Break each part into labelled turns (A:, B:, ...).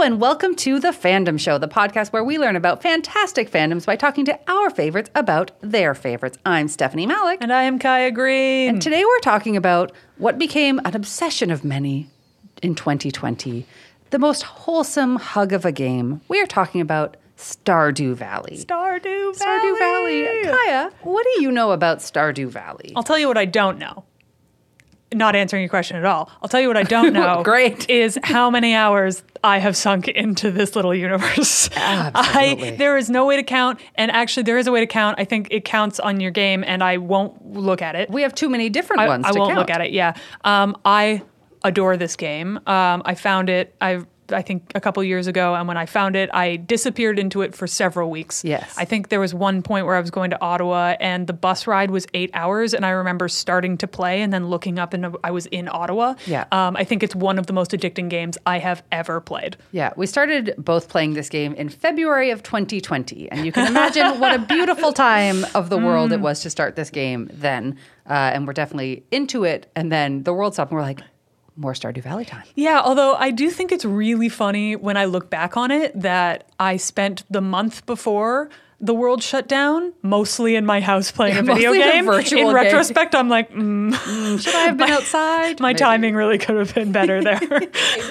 A: and welcome to The Fandom Show, the podcast where we learn about fantastic fandoms by talking to our favorites about their favorites. I'm Stephanie Malik.
B: And I am Kaya Green.
A: And today we're talking about what became an obsession of many in 2020 the most wholesome hug of a game. We are talking about Stardew Valley.
B: Stardew Valley.
A: Stardew Valley. Oh, Kaya, what do you know about Stardew Valley?
B: I'll tell you what I don't know. Not answering your question at all. I'll tell you what I don't know.
A: Great.
B: Is how many hours I have sunk into this little universe.
A: Absolutely.
B: I, there is no way to count. And actually, there is a way to count. I think it counts on your game, and I won't look at it.
A: we have too many different
B: I,
A: ones
B: I
A: to
B: won't
A: count.
B: look at it. Yeah, um, I adore this game. Um, I found it. I I think a couple years ago, and when I found it, I disappeared into it for several weeks.
A: Yes.
B: I think there was one point where I was going to Ottawa, and the bus ride was eight hours, and I remember starting to play and then looking up, and I was in Ottawa.
A: Yeah.
B: Um, I think it's one of the most addicting games I have ever played.
A: Yeah, we started both playing this game in February of 2020, and you can imagine what a beautiful time of the world it was to start this game then. Uh, and we're definitely into it, and then the world stopped, and we're like, more Stardew Valley time.
B: Yeah, although I do think it's really funny when I look back on it that I spent the month before the world shut down mostly in my house playing a video
A: mostly in a
B: game.
A: virtual
B: in
A: game.
B: retrospect, I'm like, mm,
A: Should I have been outside?
B: my
A: Maybe.
B: timing really could have been better there.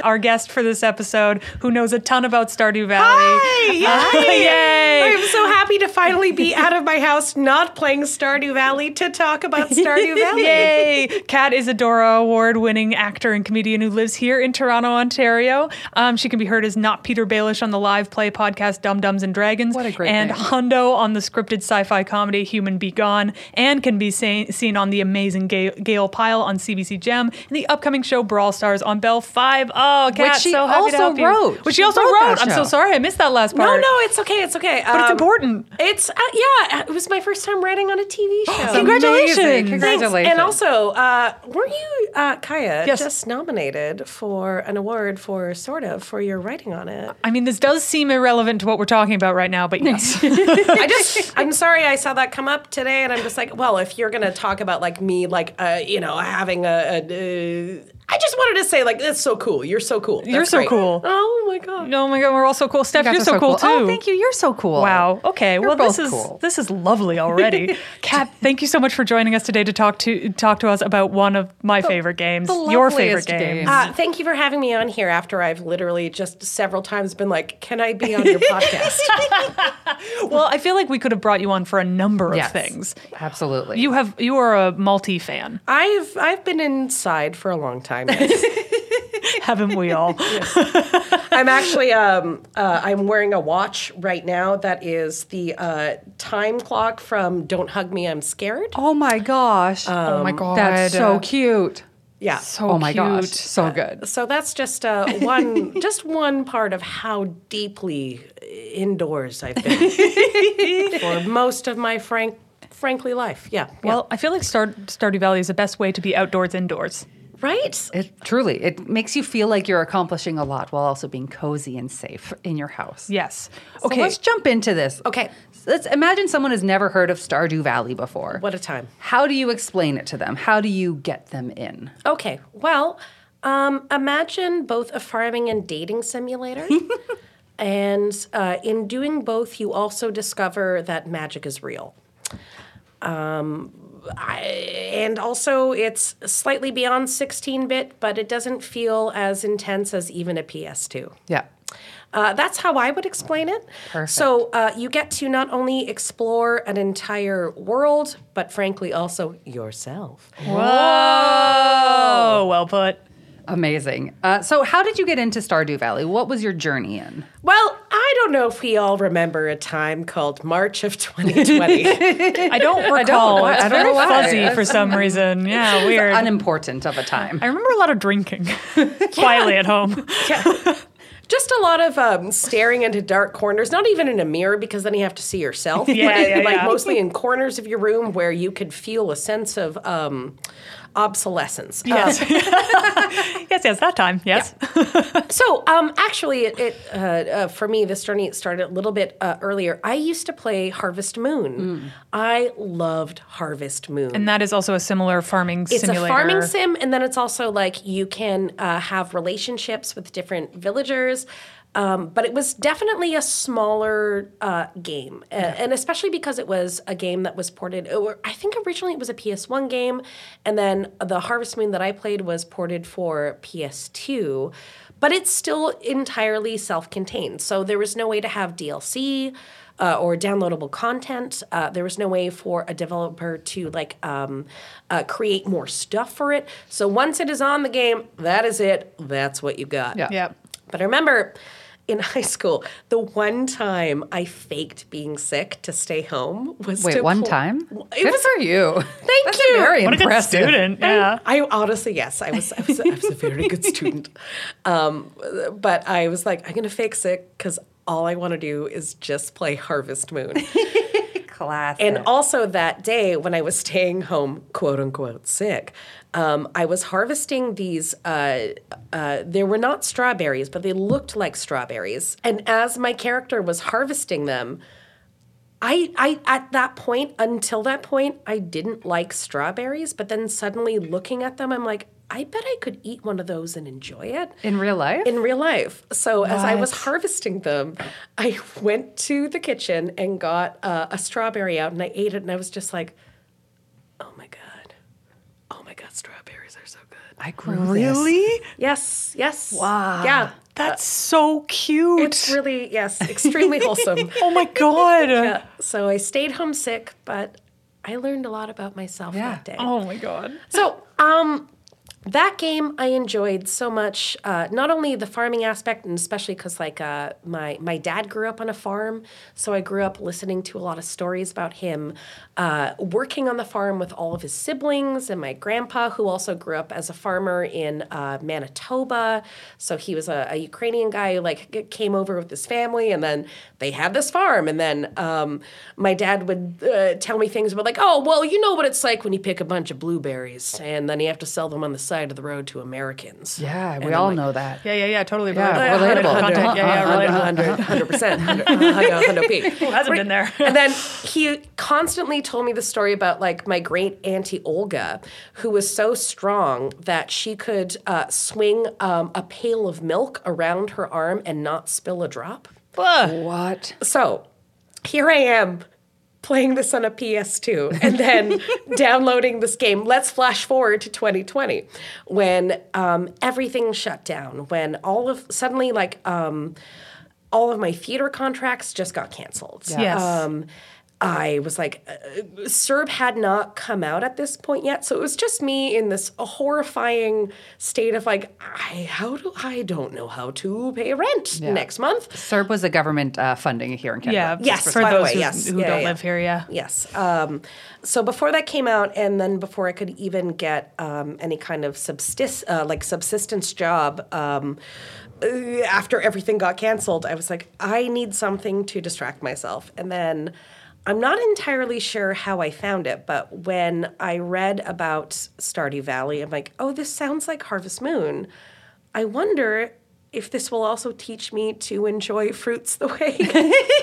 B: Our guest for this episode, who knows a ton about Stardew Valley.
C: Yay!
B: Yay!
C: I'm so happy to finally be out of my house, not playing Stardew Valley, to talk about Stardew Valley.
B: Yay! Kat is a Dora Award winning actor and comedian who lives here in Toronto, Ontario. Um, she can be heard as Not Peter Baelish on the live play podcast Dum Dums and Dragons.
A: What a great
B: And
A: name.
B: Hundo on the scripted sci fi comedy Human Be Gone, and can be seen, seen on the amazing Ga- Gail Pyle on CBC Gem and the upcoming show Brawl Stars on Bell 5. Oh, Kat,
A: Which she
B: so happy
A: also
B: to help you.
A: wrote.
B: Which
A: She
B: she also
A: wrote
B: wrote.
A: that
B: I'm
A: show.
B: so sorry I missed that last
C: No,
B: part.
C: no, it's okay. It's okay.
B: But it's
C: Um,
B: important.
C: It's uh, yeah. It was my first time writing on a TV show.
B: Oh, Congratulations.
A: Amazing.
C: Thanks.
A: Congratulations.
C: And also, uh, were you uh, Kaya
B: Yes.
C: just nominated for an award for sort of for your writing on it?
B: I mean, this does seem irrelevant to what we're talking about right now, but yes.
C: I just, I'm sorry, I saw that come up today, and I'm just like, well, if you're gonna talk about like me, like, uh, you know, having a, a uh, I just wanted to say like, that's so cool. You're so cool. That's
B: You're so
C: great.
B: cool.
C: Oh my god.
B: Oh my god, we're all so cool. Steph,
A: You guys
B: you're,
A: are
B: so, cool, too.
A: Oh, thank you. You're so cool.
B: Wow. Okay.
A: You're
B: well,
A: both
B: this is
A: cool.
B: this is lovely already. Kat, thank you so much for joining us today to talk to talk to us about one of my favorite games,
A: the
B: your
A: loveliest
B: favorite
A: game.
B: game.
C: Uh, thank you for having me on here after I've literally just several times been like, can I be on your podcast?
B: Uh, well, I feel like we could have brought you on for a number of
A: Yes.
B: things.
A: Absolutely.
B: You have you are a multi fan,
C: I've I've been inside for a long time. yes.
B: haven't we all?
C: I'm actually um, uh, I'm wearing a watch right now that is the uh, time clock from Don't Hug Me, I'm Scared.
A: oh my gosh.
B: oh my god,
A: That's so cute.
C: Yeah.
B: So
A: Uh, oh my gosh.
B: cute.
A: So good.
C: So that's just uh, one just one part of how deeply indoors I've been for most of my frank frankly life. Yeah. yeah.
B: Well, I feel like Star- Stardew Valley is the best way to be outdoors indoors.
C: right?
A: It truly it makes you feel like you're accomplishing a lot while also being cozy and safe in your house.
B: Yes.
A: Okay.
B: Okay.
A: let's jump into this.
C: Okay.
A: Let's imagine someone has never heard of Stardew Valley before.
C: What a time.
A: How do you explain it to them? How do you get them in?
C: Okay. Well, um, imagine both a farming and dating simulator. and uh, in doing both, you also discover that magic is real. Um, I, and also, it's slightly beyond 16 bit, but it doesn't feel as intense as even a PS2.
A: Yeah.
C: Uh, that's how I would explain it. So uh, you get to not only explore an entire world, but frankly, also yourself.
B: Whoa. Oh, Well put.
A: Amazing. Uh, so, how did you get into Stardew Valley? What was your journey in?
C: Well, I don't know if we all remember a time called March of 2020.
B: I don't recall.
A: why-
B: It's
A: I don't know
B: very
A: why.
B: fuzzy for some reason. Yeah, weird.
A: Unimportant of a time.
B: I remember a lot of drinking quietly at home.
C: Just a lot of um, staring into dark corners, not even in a mirror because then you have to see yourself.
B: Yeah,
C: but
B: yeah,
C: like
B: yeah.
C: mostly in corners of your room where you could feel a sense of um, obsolescence. Uh,
B: Yes. yes, yes, that time. Yes.
C: so um, actually, it, it uh, uh, for me this journey started a little bit uh, earlier. I used to play Harvest Moon.
B: Hmm.
C: I loved Harvest Moon.
B: And that is also a similar farming
C: it's
B: simulator.
C: a farming sim and then it's also like you can uh, have relationships with different villagers Um, but it was definitely a smaller uh, game, A- and especially because it was a game that was ported. Or I think originally it was a PS1 game, and then the Harvest Moon that I played was ported for PS2. But it's still entirely self-contained, so there was no way to have DLC uh, or downloadable content. Uh, there was no way for a developer to like um, uh, create more stuff for it. So once it is on the game, that is it. That's what you got.
A: Yeah.
B: Yep.
C: But I remember in high school, the one time I faked being sick to stay home was
A: Wait,
C: to
A: one
C: pl-
A: time?
C: It
A: Good
C: was
A: for you.
C: Thank
A: That's
C: you.
A: Very
B: What a good
A: impressive.
B: student. Yeah.
C: I honestly, yes, I was, I was, I was a very good student. Um, but I was like, I'm going to fake sick because all I want to do is just play Harvest Moon.
A: Classic.
C: And also that day when I was staying home, quote unquote, sick, um, I was harvesting these. Uh, uh, they were not strawberries, but they looked like strawberries. And as my character was harvesting them, I, I at that point until that point I didn't like strawberries, but then suddenly looking at them, I'm like, I bet I could eat one of those and enjoy it
A: in real life?
C: in real life. So as I was
B: What?
C: harvesting them, I went to the kitchen and got uh, a strawberry out, and I ate it, and I was just like, "Oh my god, oh my god, strawberries are so good."
A: I grew
B: Really?
C: Yes, yes, wow, yeah,
B: That's so cute.
C: it's really yes, extremely wholesome.
B: oh my god.
C: Yeah. So I stayed homesick, but I learned a lot about myself
A: Yeah.
C: that day.
B: Oh my god.
C: So, um, that game I enjoyed so much. Uh, not only the farming aspect, and especially because like uh, my my dad grew up on a farm, so I grew up listening to a lot of stories about him uh, working on the farm with all of his siblings and my grandpa, who also grew up as a farmer in uh, Manitoba. So he was a, a Ukrainian guy who like g- came over with his family, and then they had this farm. And then um, my dad would uh, tell me things about like, oh, well, you know what it's like when you pick a bunch of blueberries, and then you have to sell them on the side of the road to Americans.
A: Yeah, we
C: And I'm
A: all
C: like,
A: know that.
B: Yeah, yeah, yeah. Totally
A: Yeah,
B: relatable.
A: relatable.
B: Content.
A: Uh-huh,
B: Yeah, yeah,
A: uh-huh,
B: relatable.
C: 100, 100%. 100 P. Who
B: hasn't been there?
C: And then he constantly told me the story about like my great auntie Olga, who was so strong that she could uh, swing um, a pail of milk around her arm and not spill a drop.
B: Ugh.
A: What?
C: So here I am playing this on a PS2 and then downloading this game. Let's flash forward to 2020 when um, everything shut down, when all of suddenly, like, um, all of my theater contracts just got canceled.
B: Yes.
C: Um, I was like, uh, Serb had not come out at this point yet. So it was just me in this horrifying state of like, I, how do, I don't know how to pay rent next month.
A: SERB was a government uh, funding here in Canada.
B: Yeah. just
C: Yes,
B: for
C: by the
B: those
C: way,
B: who,
C: yes.
B: who
C: Yeah,
B: don't
C: yeah.
B: live here, yeah.
C: Yes. Um, so before that came out, and then before I could even get um, any kind of subsist- uh, like subsistence job, um, uh, after everything got canceled, I was like, I need something to distract myself. And then I'm not entirely sure how I found it, but when I read about Stardew Valley, I'm like, oh, this sounds like Harvest Moon. I wonder if this will also teach me to enjoy fruits the way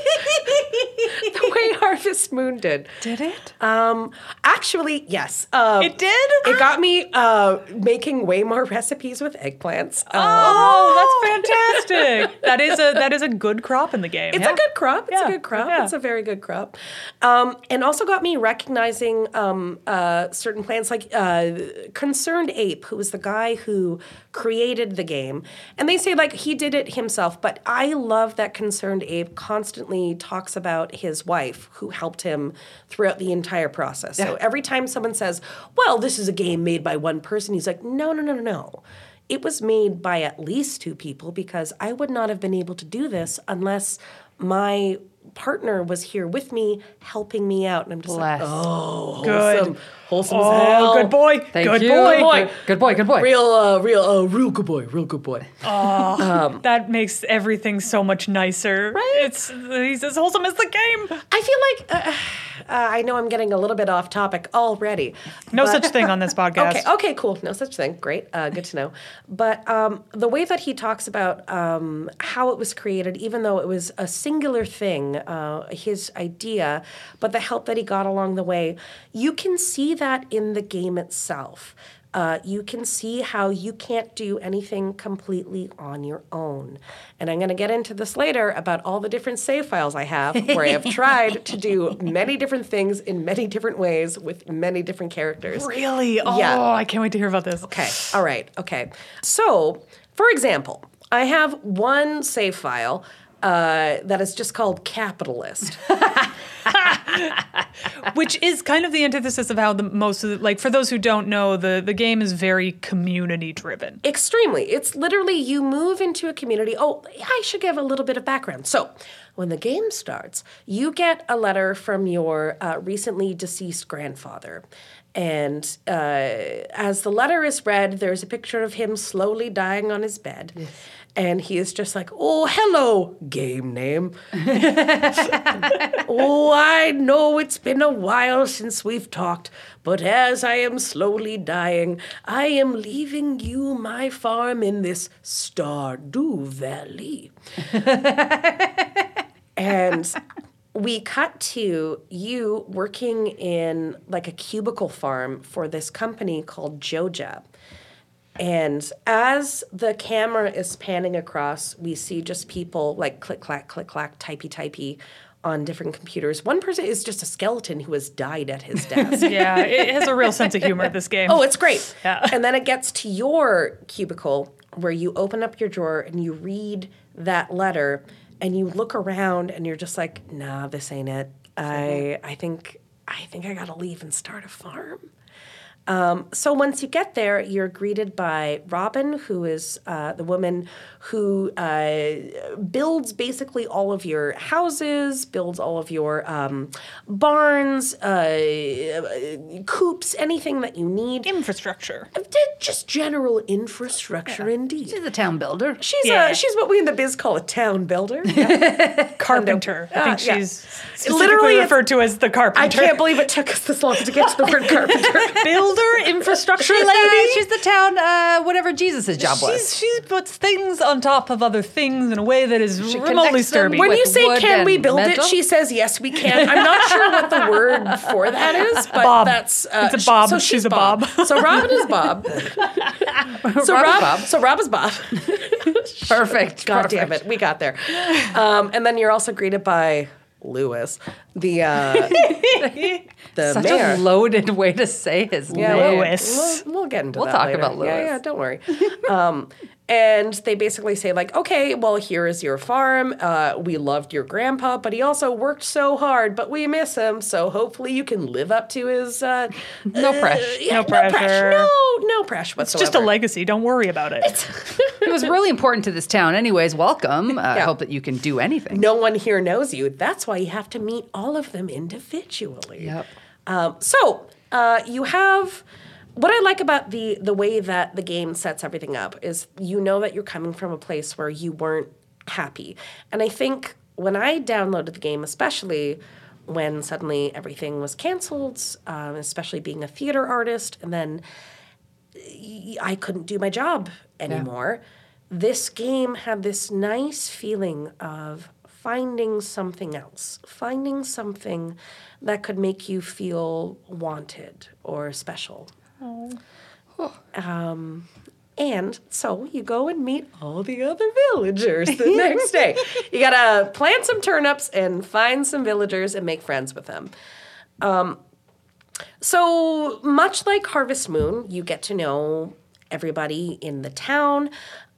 C: the way Harvest Moon did.
A: Did it?
C: Um, actually, yes. Um,
B: It did?
C: It got me uh, making way more recipes with eggplants. Um,
B: Oh, that's fantastic. that is a that is a good crop in the game.
C: It's
B: yeah.
C: a good crop. It's
B: Yeah,
C: a good crop.
B: yeah.
C: It's a very good crop. Um, and also got me recognizing um, uh, certain plants, like uh, Concerned Ape, who was the guy who created the game. And they say, like, he did it himself. But I love that Concerned Ape constantly talks about his wife, who helped him throughout the entire process. So every time someone says, well, this is a game made by one person, he's like, no, no, no, no, no. It was made by at least two people because I would not have been able to do this unless my partner was here with me helping me out. And I'm just
A: Bless.
C: like, oh,
B: Good.
C: wholesome, wholesome as
B: Oh,
C: hell.
B: good boy.
A: Thank
B: good
A: you.
B: boy.
A: Good, good boy. Good boy.
C: Real, uh, real, uh, real good boy. Real good boy.
B: Um, That makes everything so much nicer.
C: Right?
B: It's he's as wholesome as the game.
C: I feel like uh, uh, I know I'm getting a little bit off topic already.
B: No
C: but-
B: such thing on this podcast.
C: Okay, oh, okay, cool. No such thing. Great. Uh, good to know. But um, the way that he talks about um, how it was created, even though it was a singular thing, uh, his idea, but the help that he got along the way, you can see that in the game itself. uh, you can see how you can't do anything completely on your own. And I'm going to get into this later about all the different save files I have where I have tried to do many different things in many different ways with many different characters.
B: Really? Oh,
C: Yeah.
B: I can't wait to hear about this.
C: Okay. All right. Okay. So, for example, I have one save file uh, that is just called capitalist.
B: Which is kind of the antithesis of how the most of the, like for those who don't know, the the game is very community driven.
C: Extremely. It's literally you move into a community. Oh, I should give a little bit of background. So, when the game starts, you get a letter from your uh, recently deceased grandfather. And uh, as the letter is read, there's a picture of him slowly dying on his bed. And he is just like, oh, hello, game name. Oh, I know it's been a while since we've talked, but as I am slowly dying, I am leaving you my farm in this Stardew Valley. and we cut to you working in like a cubicle farm for this company called Joja. And as the camera is panning across, we see just people like click clack, click clack, typey typey on different computers. One person is just a skeleton who has died at his desk.
B: Yeah, it has a real sense of humor. This game.
C: Oh, it's great.
B: Yeah.
C: And then it gets to your cubicle where you open up your drawer and you read that letter and you look around and you're just like, nah, this ain't it. I I think I think I gotta leave and start a farm. Um, so once you get there, you're greeted by Robin, who is uh, the woman who uh, builds basically all of your houses, builds all of your um, barns, uh, coops, anything that you need.
B: infrastructure.
C: Just general infrastructure, indeed.
A: She's a town builder.
C: She's
B: Yeah.
C: a, she's what we in the biz call a town builder.
B: Carpenter. I think
C: Ah, yeah.
B: she's
C: Literally,
B: literally
C: it's-
B: referred to as the
C: I
B: carpenter.
C: can't believe it took us this long to get to the word carpenter.
B: builder infrastructure
A: She's,
B: lady.
A: she's the town, uh, whatever Jesus' job was.
B: She's, she puts things on top of other things in a way that is remotely
A: connects them
B: disturbing.
C: When
A: With
C: you say
A: wood
C: "Can we
A: and
C: build
A: metal?
C: it?" she says "Yes, we can." I'm not sure what the word for that is, but
B: Bob.
C: that's uh,
B: It's a
C: sh-
B: Bob.
C: So
B: She's
C: she's,
B: a
C: Bob.
B: Bob.
C: so Robin is Bob. So
A: Robin
C: Rob.
A: Bob.
C: So Rob is Bob.
A: Perfect.
C: God
A: perfect.
C: damn it, we got there. Um, and then you're also greeted by Lewis, the uh, the
A: Such
C: mayor.
A: a loaded way to say his
C: Yeah,
A: name.
B: Lewis. Lewis.
C: We'll, we'll get into
A: We'll
C: that
A: talk
C: later.
A: about
C: Yeah,
A: Lewis.
C: yeah, don't worry. um, and they basically say like, okay, well, here is your farm. Uh, we loved your grandpa, but he also worked so hard, but we miss him. So hopefully you can live up to his. Uh,
A: No pressure.
C: yeah,
B: No pressure.
C: No, no pressure
B: It's
C: whatsoever.
B: just a legacy. Don't worry about it.
A: It was really important to this town. Anyways, welcome. Uh, I
C: Yeah.
A: hope that you can do anything.
C: No one here knows you. That's why you have to meet all of them individually.
A: Yep.
C: Um, so uh, you have what I like about the the way that the game sets everything up is you know that you're coming from a place where you weren't happy, and I think when I downloaded the game, especially when suddenly everything was canceled, um, especially being a theater artist, and then I couldn't do my job anymore. This game had this nice feeling of finding something else, finding something that could make you feel wanted or special. Um, and so you go and meet all the other villagers the next day. You gotta plant some turnips and find some villagers and make friends with them. So much like Harvest Moon, you get to know everybody in the town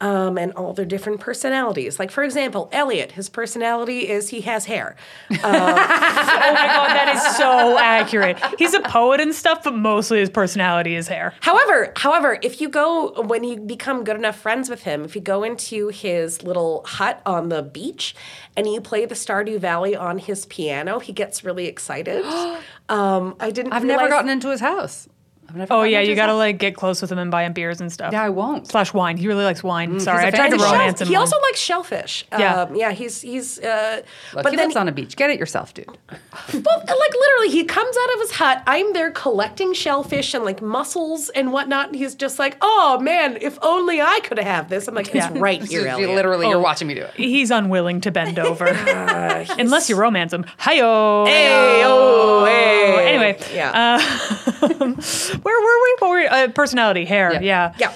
C: um, and all their different personalities. Like for example, Elliot, his personality is he has hair.
B: oh my god, that is so accurate. He's a poet and stuff, but mostly his personality is hair.
C: However, however, if you go when you become good enough friends with him, if you go into his little hut on the beach and you play the Stardew Valley on his piano, he gets really excited. um, I didn't.
A: I've never
C: realize-
A: gotten into his house. I've never
B: Oh
A: gotten
B: yeah,
A: into
B: you
A: his
B: gotta
A: house.
B: like get close with him and buy him beers and stuff.
A: Yeah, I won't.
B: Slash wine. He really likes wine. Sorry,
A: a
B: I tried
A: fan
B: to
A: of shell.
B: romance him.
C: he
B: on-
C: also likes shellfish.
B: Yeah.
C: um, yeah. He's he's. Uh,
A: Look,
C: but
A: he
C: then
A: lives on a beach. Get it yourself, dude.
C: Well, like literally, he comes out of his hut. I'm there collecting shellfish and like mussels and whatnot. And he's just like, "Oh man, if only I could have this." I'm like, "It's right here,
A: Just-
C: Elliot."
A: you literally, you're watching me do it.
B: He's unwilling to Uh, bend over. Unless you romance him. Hiyo.
C: Hey, oh, hey.
B: Anyway, Okay.
C: Yeah.
B: Um, where were we? What were we? Uh, personality, hair.
A: Yeah.
B: Yeah.
C: Yeah.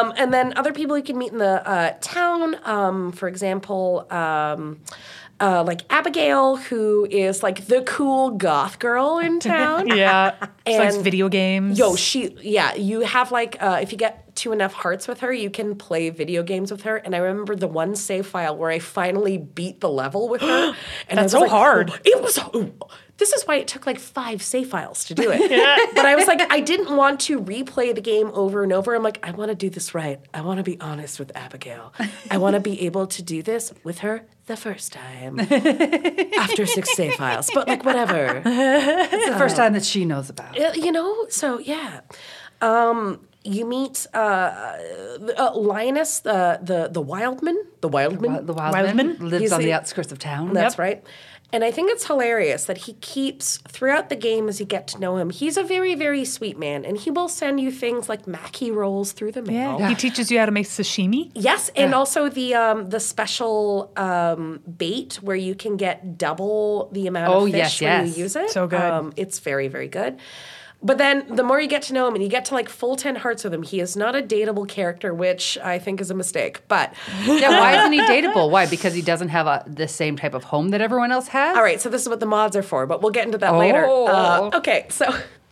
C: Um, and then other people you can meet in the uh, town, um, for example, um, uh, like Abigail, who is like the cool goth girl in town.
B: Yeah. She likes
C: And-
B: video games.
C: Yo, she, yeah, you have like, uh, if you get two enough hearts with her, you can play video games with her. And I remember the one save file where I finally beat the level with her. And I was
B: so
C: like,
B: hard.
C: "Oh, it was, oh, this is why it took like five save files to do it. But I was like, I didn't want to replay the game over and over. I'm like, I want to do this right. I want to be honest with Abigail. I want to be able to do this with her the first time after six save files. But like, whatever.
A: It's the first time that she knows about. it.
C: Uh, you know so yeah um you meet uh, uh lioness the the the wildman the wildman
A: The Wildman
B: Wildman?
A: lives
C: He's
A: on
C: a-
A: the outskirts of town.
C: that's right and i think it's hilarious that he keeps throughout the game as you get to know him he's a very very sweet man and he will send you things like mackie rolls through the mail
B: He teaches you how to make sashimi.
C: Yes, and also the um, the special um, bait where you can get double the amount
A: Oh,
C: of
A: yes,
C: fish when
A: yes.
C: you use it.
B: So good.
C: Um, it's very very good. But then the more you get to know him and you get to like full 10 hearts with him, he is not a dateable character, which I think is a mistake. But
A: Yeah, why isn't he dateable? Why? Because he doesn't have a, the same type of home that everyone else has.
C: All right, so this is what the mods are for, but we'll get into that later. Uh,
A: Oh.
C: okay, so,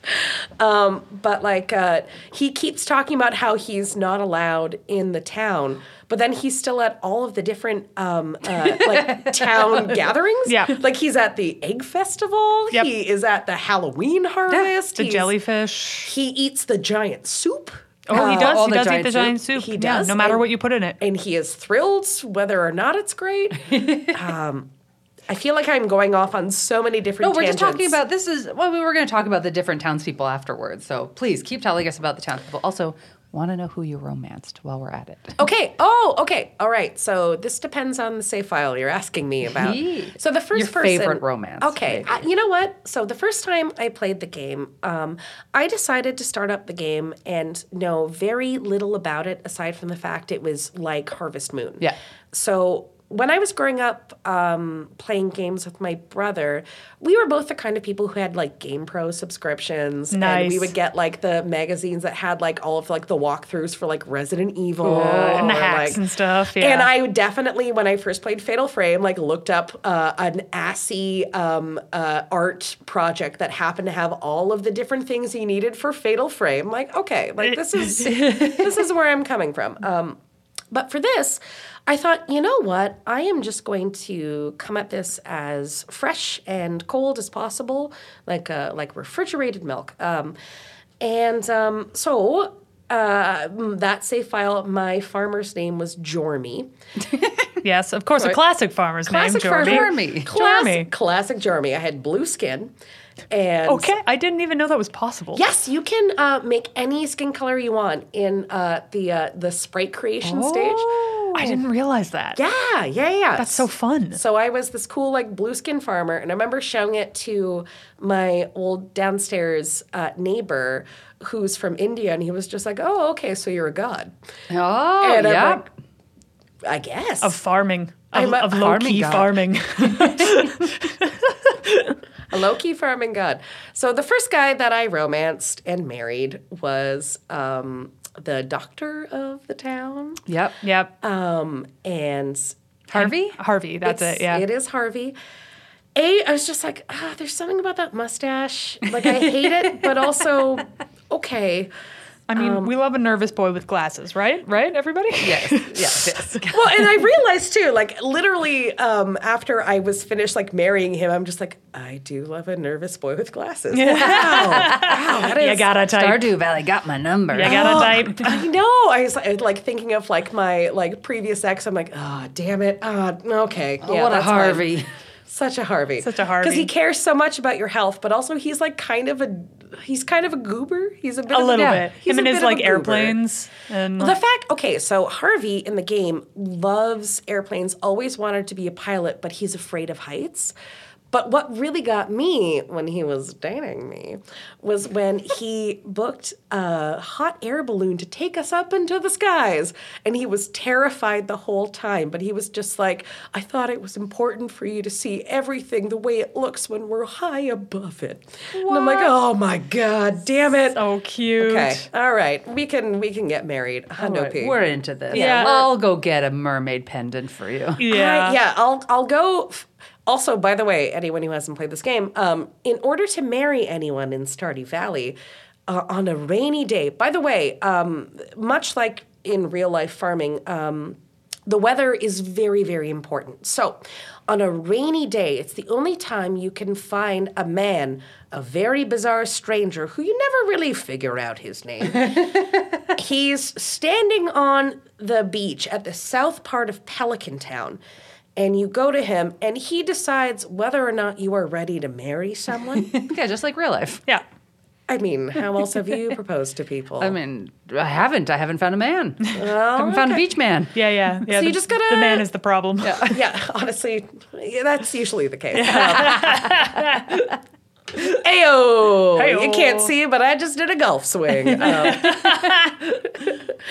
C: um, but like uh, he keeps talking about how he's not allowed in the town, but then he's still at all of the different um, uh, like town gatherings.
B: Yeah.
C: like he's at the egg festival.
B: Yep.
C: He is at the Halloween harvest.
B: The
C: he's-
B: jellyfish.
C: He eats the giant soup.
B: Oh, he
A: Uh,
B: does.
A: all
B: He
A: the
B: does eat
A: giant
B: the
A: soup.
B: giant soup.
C: He
B: Yeah,
C: does,
B: no matter
C: and-
B: what you put in it.
C: and he is thrilled whether or not it's great. um, I feel like I'm going off on so many different.
A: No, we're just talking
C: tangents.
A: about this is well, we were going to talk about the different townspeople afterwards. So please keep telling us about the townspeople. Also, want to know who you romanced while we're at it.
C: Okay. Oh, okay. All right. So this depends on the save file you're asking me about.
A: Yee.
C: So the first
A: Your
C: person,
A: favorite romance,
C: Okay. I- you know what? So the first time I played the game, um, I decided to start up the game and know very little about it aside from the fact it was like Harvest Moon.
A: Yeah.
C: So when I was growing up um, playing games with my brother, we were both the kind of people who had like Game Pro subscriptions. And we
B: Nice.
C: would get like the magazines that had like all of like the walkthroughs for like Resident Evil
B: and the
C: or,
B: hacks
C: like-
B: and stuff. Yeah.
C: And I definitely, when I first played Fatal Frame, like looked up uh, an assy um, uh, art project that happened to have all of the different things he needed for Fatal Frame. Like, okay, like this is this is where I'm coming from. Um, but for this, I thought, you know what? I am just going to come at this as fresh and cold as possible, like uh, like refrigerated milk. Um, and um, so uh, mm, that save file, my farmer's name was Jormy.
B: yes, of course, a classic farmer's
C: Classic
B: name, Jorby.
A: farmer.
C: Jormy.
A: Jormy.
C: Classic,
B: Jormy.
C: classic Jormy. I had blue skin. And
B: Okay, I didn't even know that was possible.
C: Yes, you can uh, make any skin color you want in uh, the uh, the sprite creation stage.
B: I didn't realize that.
C: Yeah, yeah, yeah.
B: Oh. That's so fun.
C: So I was this cool like blue skin farmer, and I remember showing it to my old downstairs uh, neighbor who's from India, and he was just like, "Oh, okay, so you're a god."
A: Oh,
C: and
A: yeah.
C: I'm like, I guess.
B: of farming. Of,
C: I'm a
B: of low key
A: farming
B: farming.
C: a low key farming god. So the first guy that I romanced and married was um, the doctor of the town,
A: yep.
B: yep.
C: um, and
A: Harvey?
B: Harvey, that's
C: It's-
B: it. Yeah.
C: It is Harvey. A, I was just like, ah, there's something about that mustache. Like, I hate it, but also, okay.
B: I mean,
C: um,
B: we love a nervous boy with glasses, right? Right, everybody?
A: Yes. Yes. yes.
C: Well, and I realized too, like, literally um, after I was finished, like, marrying him, I'm just like, I do love a nervous boy with glasses. Wow. wow. That
B: you
C: is. Oh.
B: gotta type.
A: Stardew Valley got my number.
B: You gotta type.
C: I know. I was like, like, thinking of like my like previous ex. I'm like, ah, damn it. Ah, okay.
A: Oh, what a
C: that's fine.
A: Harvey.
C: Such a Harvey.
B: Such a Harvey.
C: Because he cares so much about your health, but also he's like kind of a he's kind of a goober. He's a bit
B: A
C: of
B: little
A: Yeah.
B: bit.
C: He's
B: Him
C: a
B: and his
C: bit of a
B: like
C: goober.
B: airplanes and
C: The fact, okay, so Harvey in the game loves airplanes, always wanted to be a pilot, but he's afraid of heights. But what really got me when he was dating me was when he booked a hot air balloon to take us up into the skies. And he was terrified the whole time, but he was just like, I thought it was important for you to see everything the way it looks when we're high above it. And I'm like, oh my God, damn it.
B: So oh, cute. Oh,
C: Okay. All right. We can we can get married. Hundo P.
A: We're into this.
B: Yeah.
A: I'll go get a mermaid pendant for you.
B: Yeah.
C: I, yeah. I'll I'll go. f- Also, by the way, anyone who hasn't played this game, um, in order to marry anyone in Stardew Valley uh, on a rainy day, by the way, um, much like in real life farming, um, the weather is very very important. So, on a rainy day, it's the only time you can find a man, a very bizarre stranger who you never really figure out his name he's standing on the beach at the south part of Pelican Town. And you go to him, and he decides whether or not you are ready to marry someone.
A: Yeah, just like real life.
B: Yeah.
C: I mean, how else have you proposed to people?
A: I mean, I haven't. I haven't found a man. I haven't found a beach man.
B: Yeah. Yeah. yeah.
C: you
B: the,
C: just gotta-
B: The man is the problem. Yeah.
C: yeah, honestly, yeah, that's usually the case. Um, Ayo! You
B: Heyo.
C: can't see, but I just did a golf swing. Um,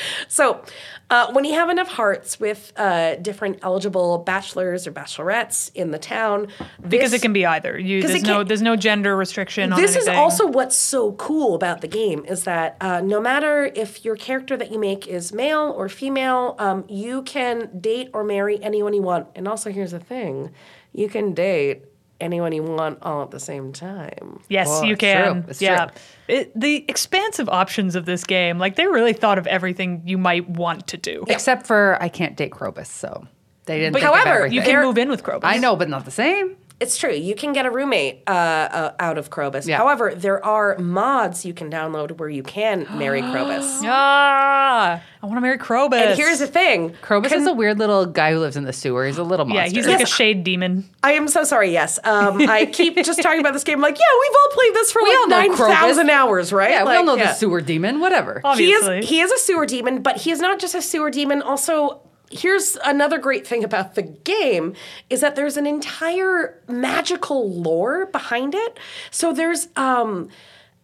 C: so, uh, when you have enough hearts with uh, different eligible bachelors or bachelorettes in the town,
B: Because
C: this-
B: it can be either. You,
C: 'Cause
B: there's
C: it
B: no
C: can't-
B: there's no gender restriction on
C: This is
B: anything.
C: also what's so cool about the game is that uh, no matter if your character that you make is male or female, um, you can date or marry anyone you want. And also, here's the thing: you can date anyone you want all at the same time.
B: Yes,
A: Oh,
B: you
A: it's true.
B: can.
A: It's
B: yeah.
A: true.
B: It, the expansive options of this game, like they really thought of everything you might want to do.
A: Except for I can't date Krobus, so they didn't.
C: But
A: think of
C: however,
A: everything.
B: You can move in with Krobus.
A: I know, but not the same.
C: It's true. You can get a roommate uh, uh, out of Krobus.
A: Yeah.
C: However, there are mods you can download where you can marry Krobus.
B: Ah, I want to marry Krobus.
C: And here's the thing.
A: Krobus is a weird little guy who lives in the sewer. He's a little monster.
B: yeah, he's like a shade demon.
C: I am so sorry. Yes, um, I keep just talking about this game. Like, yeah, we've all played this for
A: all know
C: like nine
A: Krobus.
C: thousand hours, right?
A: yeah, Oh, we
C: Like,
A: all know
C: yeah.
A: the sewer demon. Whatever.
C: He
B: Obviously,
C: is he is a sewer demon, but he is not just a sewer demon. Also, here's another great thing about the game is that there's an entire magical lore behind it. So there's um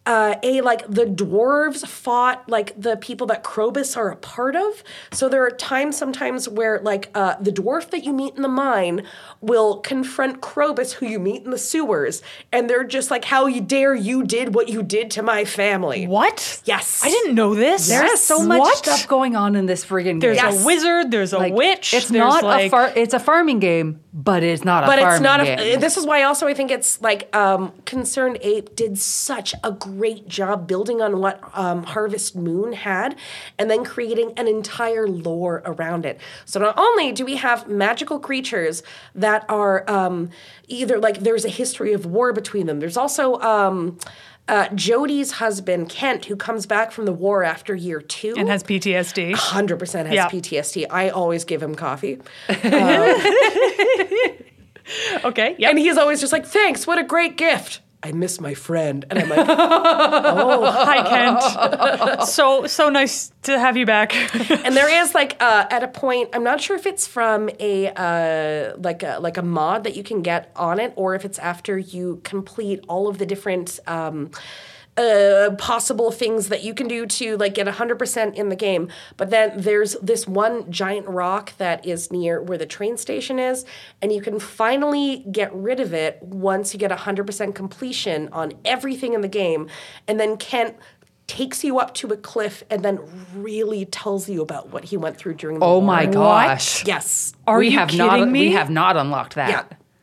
C: uh, a like the dwarves fought like the people that Krobus are a part of. So there are times sometimes where like uh, the dwarf that you meet in the mine will confront Krobus, who you meet in the sewers, and they're just like, "How you dare you did what you did to my family."
B: what?
C: Yes.
B: I didn't know this.
A: There's so much
B: What?
A: stuff going on in this friggin' game.
B: There's
C: Yes.
B: a wizard. There's a
A: Like,
B: witch.
A: It's not
B: there's like,
A: a far. It's a farming game, but it's not a.
C: but
A: farming
C: it's not
A: game.
C: a, this is why also i think it's like um, concerned ape did such a great job building on what um, harvest moon had and then creating an entire lore around it so not only do we have magical creatures that are um, either like there's a history of war between them there's also um, uh, Jody's husband Kent, who comes back from the war after year two,
B: and has PTSD.
C: hundred percent has
B: Yeah.
C: PTSD. I always give him coffee.
B: Okay. Yeah.
C: And he's always just like, thanks, what a great gift. I miss my friend. And I'm like, oh.
B: Hi, Kent. so so nice to have you back.
C: And there is like uh, at a point, I'm not sure if it's from a uh, like a like a mod that you can get on it, or if it's after you complete all of the different um, uh, possible things that you can do to like get 100% in the game. But then there's this one giant rock that is near where the train station is, and you can finally get rid of it once you get 100% completion on everything in the game. And then Kent takes you up to a cliff and then really tells you about what he went through during the
A: oh
C: war.
A: my gosh.
C: Yes.
B: Are
A: we
B: you
A: have
B: kidding
A: not.
B: me?
A: We have not unlocked that.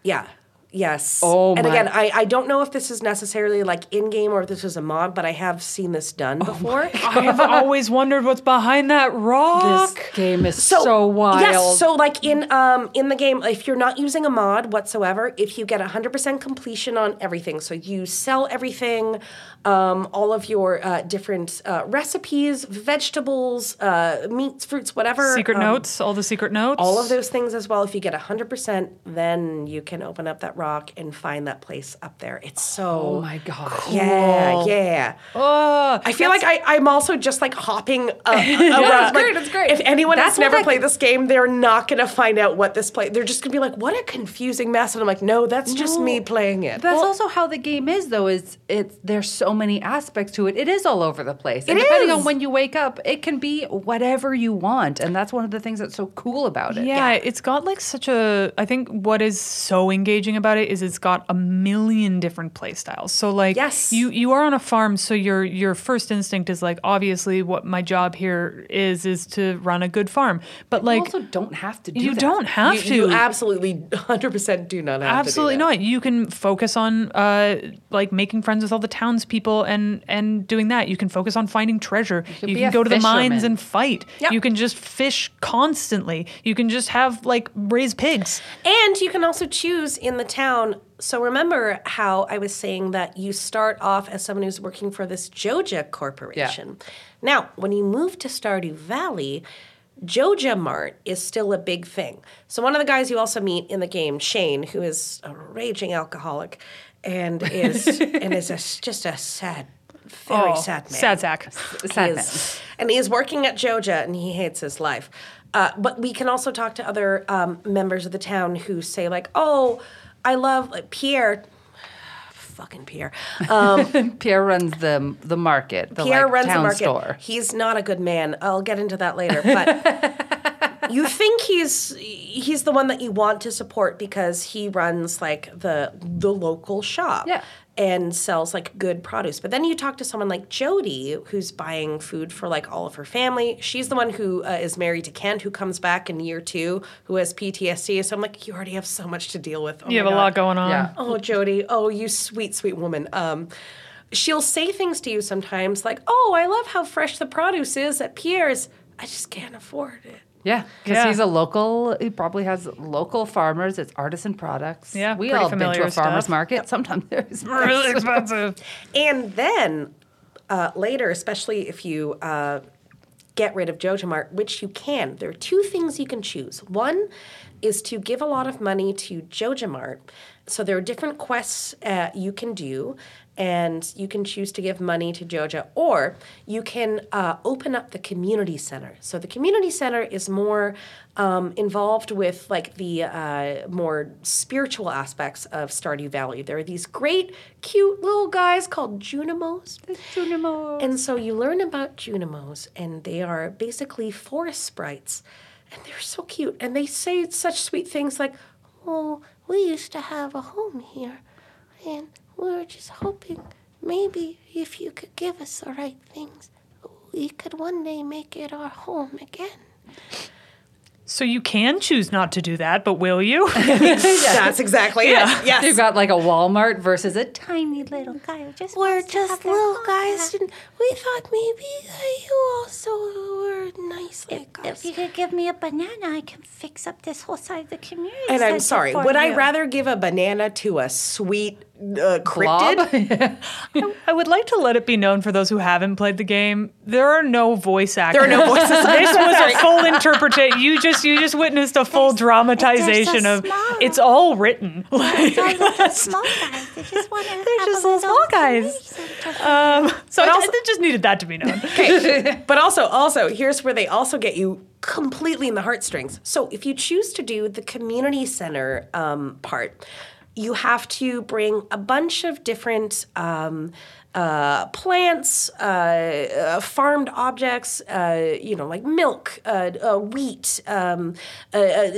C: Yeah. Yeah. Yes.
A: Oh
C: and
A: my-
C: again, I, I don't know if this is necessarily like in game or if this is a mod, but I have seen this
A: Oh
C: done before.
B: I've always wondered what's behind that rock.
A: This game is so, wild.
C: Yes, so like in um in the game, if you're not using a mod whatsoever, if you get 100% completion on everything, so you sell everything, um, all of your uh, different uh, recipes, vegetables, uh, meats, fruits, whatever.
B: secret
C: um,
B: notes. All the secret notes.
C: All of those things as well. If you get 100%, then you can open up that rock and find that place up there. It's so
A: Oh my gosh.
C: yeah, yeah.
B: Oh,
C: I feel like I, I'm also just like hopping. Uh, around.
A: great,
C: Like,
A: it's great.
C: If anyone
A: That's
C: has
A: what
C: never
A: I-
C: played this game, they're not going to find out what this play. They're just going to be like, "What a confusing mess!" And I'm like, "No, that's just
A: No.
C: me playing it."
A: That's also how the game is, though. Is it's there's so many aspects to it. It is all over the place, and
C: It
A: depending
C: is.
A: on when you wake up, it can be whatever you want, and that's one of the things that's so cool about it.
B: Yeah, it's got like such a. I think what is so engaging about it is it's got a million different play styles. So like,
C: Yes.
B: you you are on a farm, so your your first instinct is like, obviously, what my job here is is to run a good farm. But
A: you
B: like,
A: also don't have to. do
B: you
A: that.
B: don't have
C: you,
B: to.
C: you absolutely 100% do not have
B: absolutely
C: to do that.
B: not you can focus on uh, like making friends with all the townspeople and and doing that you can focus on finding treasure
A: could
B: you
A: be
B: can
A: a
B: go to the mines
A: fisherman.
B: and fight
C: Yeah.
B: you can just fish constantly you can just have like raise pigs
C: And you can also choose in the town. So remember how I was saying that you start off as someone who's working for this Joja corporation. Now, when you move to Stardew Valley, Joja Mart is still a big thing. So one of the guys you also meet in the game, Shane, who is a raging alcoholic and is and is a s just a sad very
B: Oh,
C: sad man.
B: sad sack
A: Sad
C: He is- and he is working at Joja, and he hates his life. Uh, but we can also talk to other um, members of the town who say like, "Oh, I love like, Pierre." Fucking Pierre. Um,
A: Pierre runs the the market. The
C: Pierre
A: like,
C: runs
A: town
C: the market.
A: store.
C: He's not a good man. I'll get into that later. But you think he's he's the one that you want to support because he runs like the the local shop.
A: Yeah.
C: And sells like good produce. But then you talk to someone like Jody, who's buying food for like all of her family. She's the one who uh, is married to Kent, who comes back in year two, who has PTSD. So I'm like, you already have so much to deal with. Oh
B: you have
C: my
B: a lot
C: God.
B: going on
A: Yeah.
C: Oh, Jody. Oh, you sweet, sweet woman. Um, she'll say things to you sometimes like, "Oh, I love how fresh the produce is at Pierre's. I just can't afford it."
A: Yeah, because
B: Yeah.
A: he's a local. He probably has local farmers. It's artisan products.
B: Yeah,
A: we
B: pretty
A: all have been to
B: familiar
A: a farmer's
B: stuff.
A: market. Sometimes there's
B: really expensive
C: And then uh, later, especially if you uh, get rid of Jojomart, which you can, there are two things you can choose. One is to give a lot of money to Jojomart. So there are different quests uh, you can do, and you can choose to give money to Joja, or you can uh, open up the community center. So the community center is more um, involved with like the uh, more spiritual aspects of Stardew Valley. There are these great, cute little guys called Junimos. And so you learn about Junimos, and they are basically forest sprites, and they're so cute. And they say such sweet things like, Oh, we used to have a home here, and we were just hoping maybe if you could give us the right things, we could one day make it our home again.
B: so you can choose not to do that but will you
C: That's exactly it.
A: You've got like a Walmart versus a tiny little.
D: We're just little guys, and we thought maybe that you also were nice like
E: If
D: us.
E: you could give me a banana, I can fix up this whole side of the community.
C: And I'm
E: center
C: sorry,
E: for
C: would I
E: you.
C: rather give a banana to a sweet uh, cryptid?
A: Blob?
B: I would like to let it be known for those who haven't played the game, there are no voice actors.
C: There are no voices.
B: this was a full interpretation. You just you just witnessed a full dramatization
E: so
B: of
E: small.
B: it's all written. Like,
E: They're little small guys. They just want to.
B: they're just little small guys. Um, so I
C: But
B: just,
C: also-
B: I just needed that to be known.
C: Okay. but also, also, here's where they also get you completely in the heartstrings. So if you choose to do the community center um, part, you have to bring a bunch of different um, uh, plants, uh, uh, farmed objects, uh, you know, like milk, uh, uh, wheat, um, uh, uh,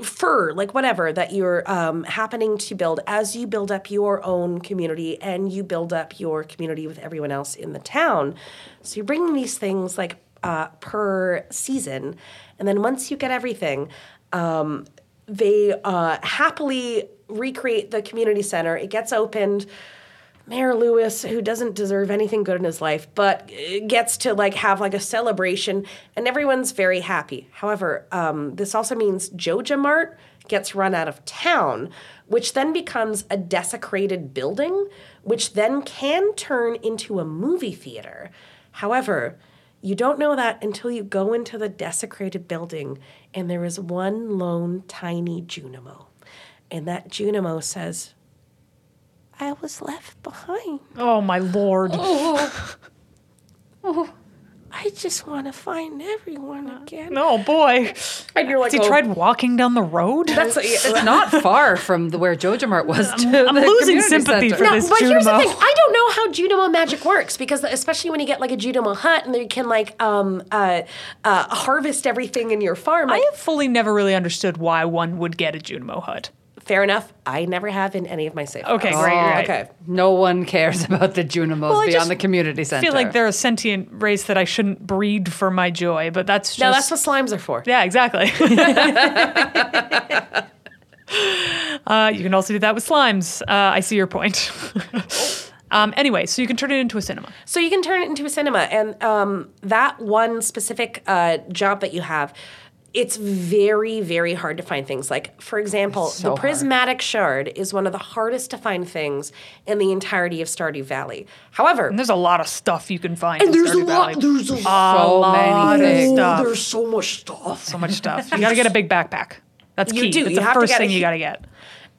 C: uh, fur, like whatever that you're um, happening to build as you build up your own community and you build up your community with everyone else in the town. So you're bringing these things like uh, per season, and then once you get everything, um, they uh, happily recreate the community center. It gets opened. Mayor Lewis, who doesn't deserve anything good in his life, but uh, gets to like have like a celebration, and everyone's very happy. However, um, this also means Joja Mart gets run out of town, which then becomes a desecrated building, which then can turn into a movie theater. However, you don't know that until you go into the desecrated building, and there is one lone tiny Junimo. and that Junimo says,
D: I was left behind.
B: Oh my lord.
D: I just want to find everyone again.
B: Oh boy. And
C: you're like,
B: he
C: oh.
B: tried walking down the road?
C: That's what- yeah.
A: It's not far from the, where Jojomart was. To
B: I'm
A: the community
B: losing sympathy
A: center.
B: for this
C: but here's the
B: Junimo.
C: thing: I don't know how Junimo magic works because, especially when you get like a Junimo hut and you can like um, uh, uh, harvest everything in your farm.
B: I
C: Like,
B: have fully never really understood why one would get a Junimo hut.
C: fair enough. I never have in any of my safe.
B: Okay,
C: houses.
B: great,
A: Oh,
B: right.
C: Okay.
A: No one cares about the Junimos
B: I just
A: beyond the community
B: I
A: center.
B: feel like they're a sentient race that I shouldn't breed for my joy, but that's just
C: Now that's what slimes are for.
B: Yeah, exactly. uh, you can also do that with slimes. Uh, I see your point. um, anyway, so you can turn it into a cinema.
C: So you can turn it into a cinema, and um, that one specific uh, job that you have, it's very, very hard to find things. Like, for example,
A: so
C: the
A: hard.
C: prismatic shard is one of the hardest to find things in the entirety of Stardew Valley. However,
B: And there's a lot of stuff you can find.
C: And
B: in
C: there's a
B: Stardew
C: lot-
B: Valley.
C: there's a
A: so
B: lot
A: many
B: of
A: things.
B: stuff.
C: there's so much stuff.
B: so much stuff. You got to get a big backpack. That's
C: You
B: key.
C: do.
B: That's
C: You
B: the
C: have to
B: first
C: get a
B: thing you
C: hu-
B: got to get.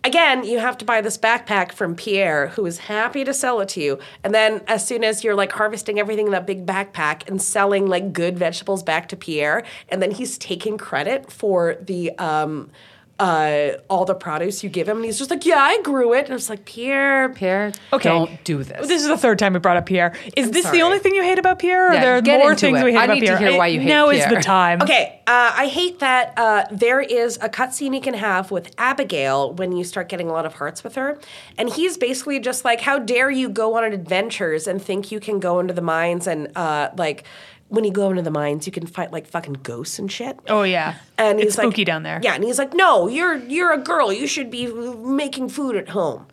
C: Again, you have to buy this backpack from Pierre, who is happy to sell it to you. And then, as soon as you're like harvesting everything in that big backpack and selling like good vegetables back to Pierre, and then he's taking credit for the um, uh, all the produce you give him, and he's just like, "Yeah, I grew it." And it's like, Pierre,
A: Pierre,
B: Okay.
A: don't do this.
B: This is the third time we brought up Pierre. Is this
C: sorry.
B: the only thing you hate about Pierre? Or
A: Yeah,
B: are there
A: get
B: more
A: into
B: things
A: it.
B: we hate
A: I
B: about
A: need to
B: Pierre?
A: hear
B: I-
A: why you hate
B: now is the
A: Pierre.
B: time.
C: Okay, uh, I hate that uh, there is a cutscene you can have with Abigail when you start getting a lot of hearts with her, and he's basically just like, "How dare you go on adventures and think you can go into the mines and uh, like." When you go into the mines, you can fight like fucking ghosts and shit.
B: Oh yeah.
C: and
B: it's
C: he's like-
B: spooky down there.
C: Yeah, and he's like, "No, you're you're a girl. You should be making food at home."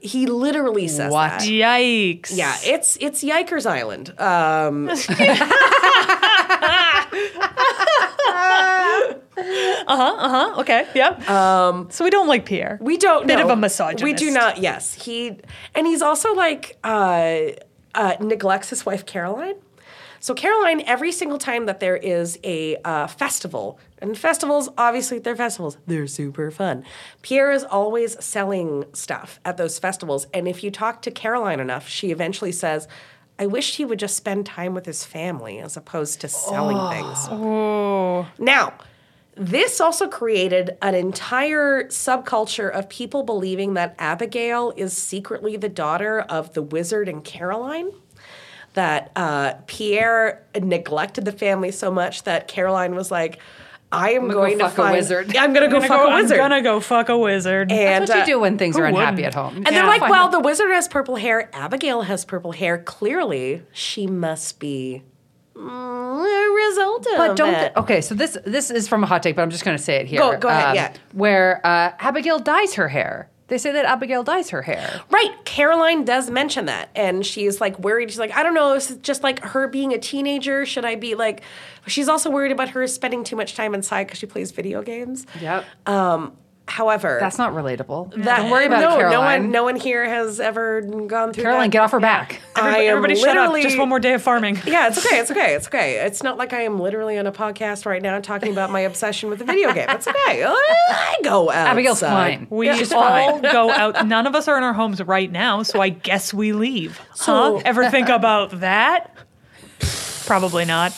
C: He literally says
A: What?
C: that.
B: Yikes.
C: Yeah, it's it's Yikers Island. Um,
B: Huh? Okay. Yep. Um. So we don't like Pierre.
C: We don't
B: Bit
C: know.
B: of a misogynist.
C: We do not. Yes, he and he's also like uh, uh, neglects his wife Caroline. So Caroline, every single time that there is a uh, festival, and festivals obviously they're festivals, they're super fun. Pierre is always selling stuff at those festivals, and if you talk to Caroline enough, she eventually says. I wish he would just spend time with his family as opposed to selling things. Now, this also created an entire subculture of people believing that Abigail is secretly the daughter of the wizard and Caroline. That uh, Pierre neglected the family so much that Caroline was like, "I am
A: gonna go
C: going to
A: fuck a
C: find-
A: wizard.
C: I'm going to go
B: I'm
C: fuck
B: gonna go-
C: a wizard."
B: I'm gonna go fuck a wizard.
A: That's what
C: uh,
A: you do when things
B: who
A: are unhappy
B: wouldn't?
A: at home.
C: and they're
B: Yeah.
C: like,
B: Why
C: "Well, the wizard has purple hair. Abigail has purple hair. Clearly, she must be mm, a result of
A: But don't.
C: it."
A: th- okay, so this this is from a hot take, but I'm just going to say it here. Um,
C: Go- go ahead, yeah.
A: Where uh, Abigail dyes her hair. They say that Abigail dyes her hair.
C: Right. Caroline does mention that. And she's like worried. She's like, I don't know. This is just like her being a teenager. Should I be like. She's also worried about her spending too much time inside because she plays video games.
A: Yep.
C: Um, however,
A: Uh, That's not relatable.
C: that,
A: Don't worry about
C: no,
A: it, Caroline.
C: No one, no one here has ever gone through
A: Caroline,
C: that.
A: get off her back.
C: I
B: Everybody,
C: am
B: everybody shut up.
C: literally-
B: Just one more day of farming.
C: Yeah, it's okay. It's okay. It's okay. It's not like I am literally on a podcast right now talking about my obsession with the video game. It's okay. I go out.
A: Abigail's fine.
B: We all go out. None of us are in our homes right now, so I guess we leave.
C: So-
B: huh? Ever think about that? Probably not.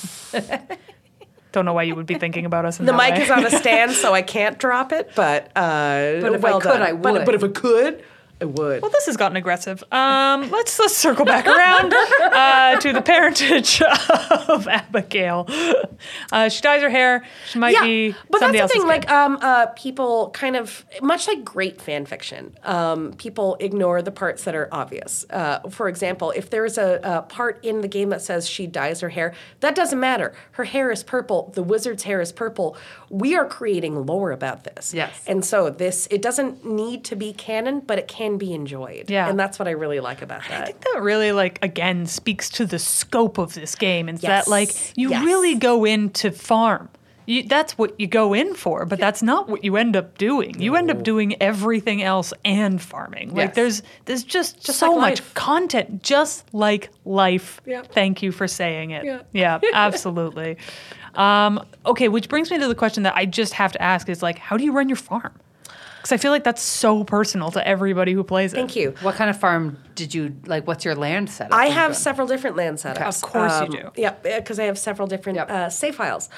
B: Don't know why you would be thinking about us. In
C: The
B: that
C: mic
B: way.
C: is on a stand, so I can't drop it. But uh,
A: But if I
C: well
A: could,
C: done.
A: I
C: But,
A: would.
C: but if I could, I would.
B: Well, this has gotten aggressive. Um, let's let's circle back around uh, to the parentage of Abigail. Uh, she dyes her hair. She might be
C: but
B: somebody
C: that's the
B: else's
C: thing.
B: kid.
C: Like, um, uh, people kind of much like great fan fiction, um, people ignore the parts that are obvious. Uh, for example, if there's a, a part in the game that says she dyes her hair, that doesn't matter. Her hair is purple. The wizard's hair is purple. We are creating lore about this.
A: Yes.
C: and so this it doesn't need to be canon, but it can be enjoyed.
B: Yeah.
C: and that's what I really like about that.
B: I think that really like again speaks to the scope of this game and
C: Yes.
B: that like you
C: Yes.
B: really go in to farm you, that's what you go in for but that's not what you end up doing you end up doing everything else and farming like
A: Yes.
B: there's there's just,
C: Just
B: so
C: like
B: much
C: life.
B: content just like life
C: Yeah.
B: thank you for saying it
C: Yeah.
B: yeah absolutely um, okay which brings me to the question that i just have to ask is like how do you run your farm Because I feel like that's so personal to everybody who plays it.
C: Thank you.
A: What kind of farm did you like? What's your land setup?
C: I
A: that you
C: have
A: own?
C: several different land setups. Um,
B: Of course you do.
C: Yeah, because I have several different
A: Yep.
C: uh, save files.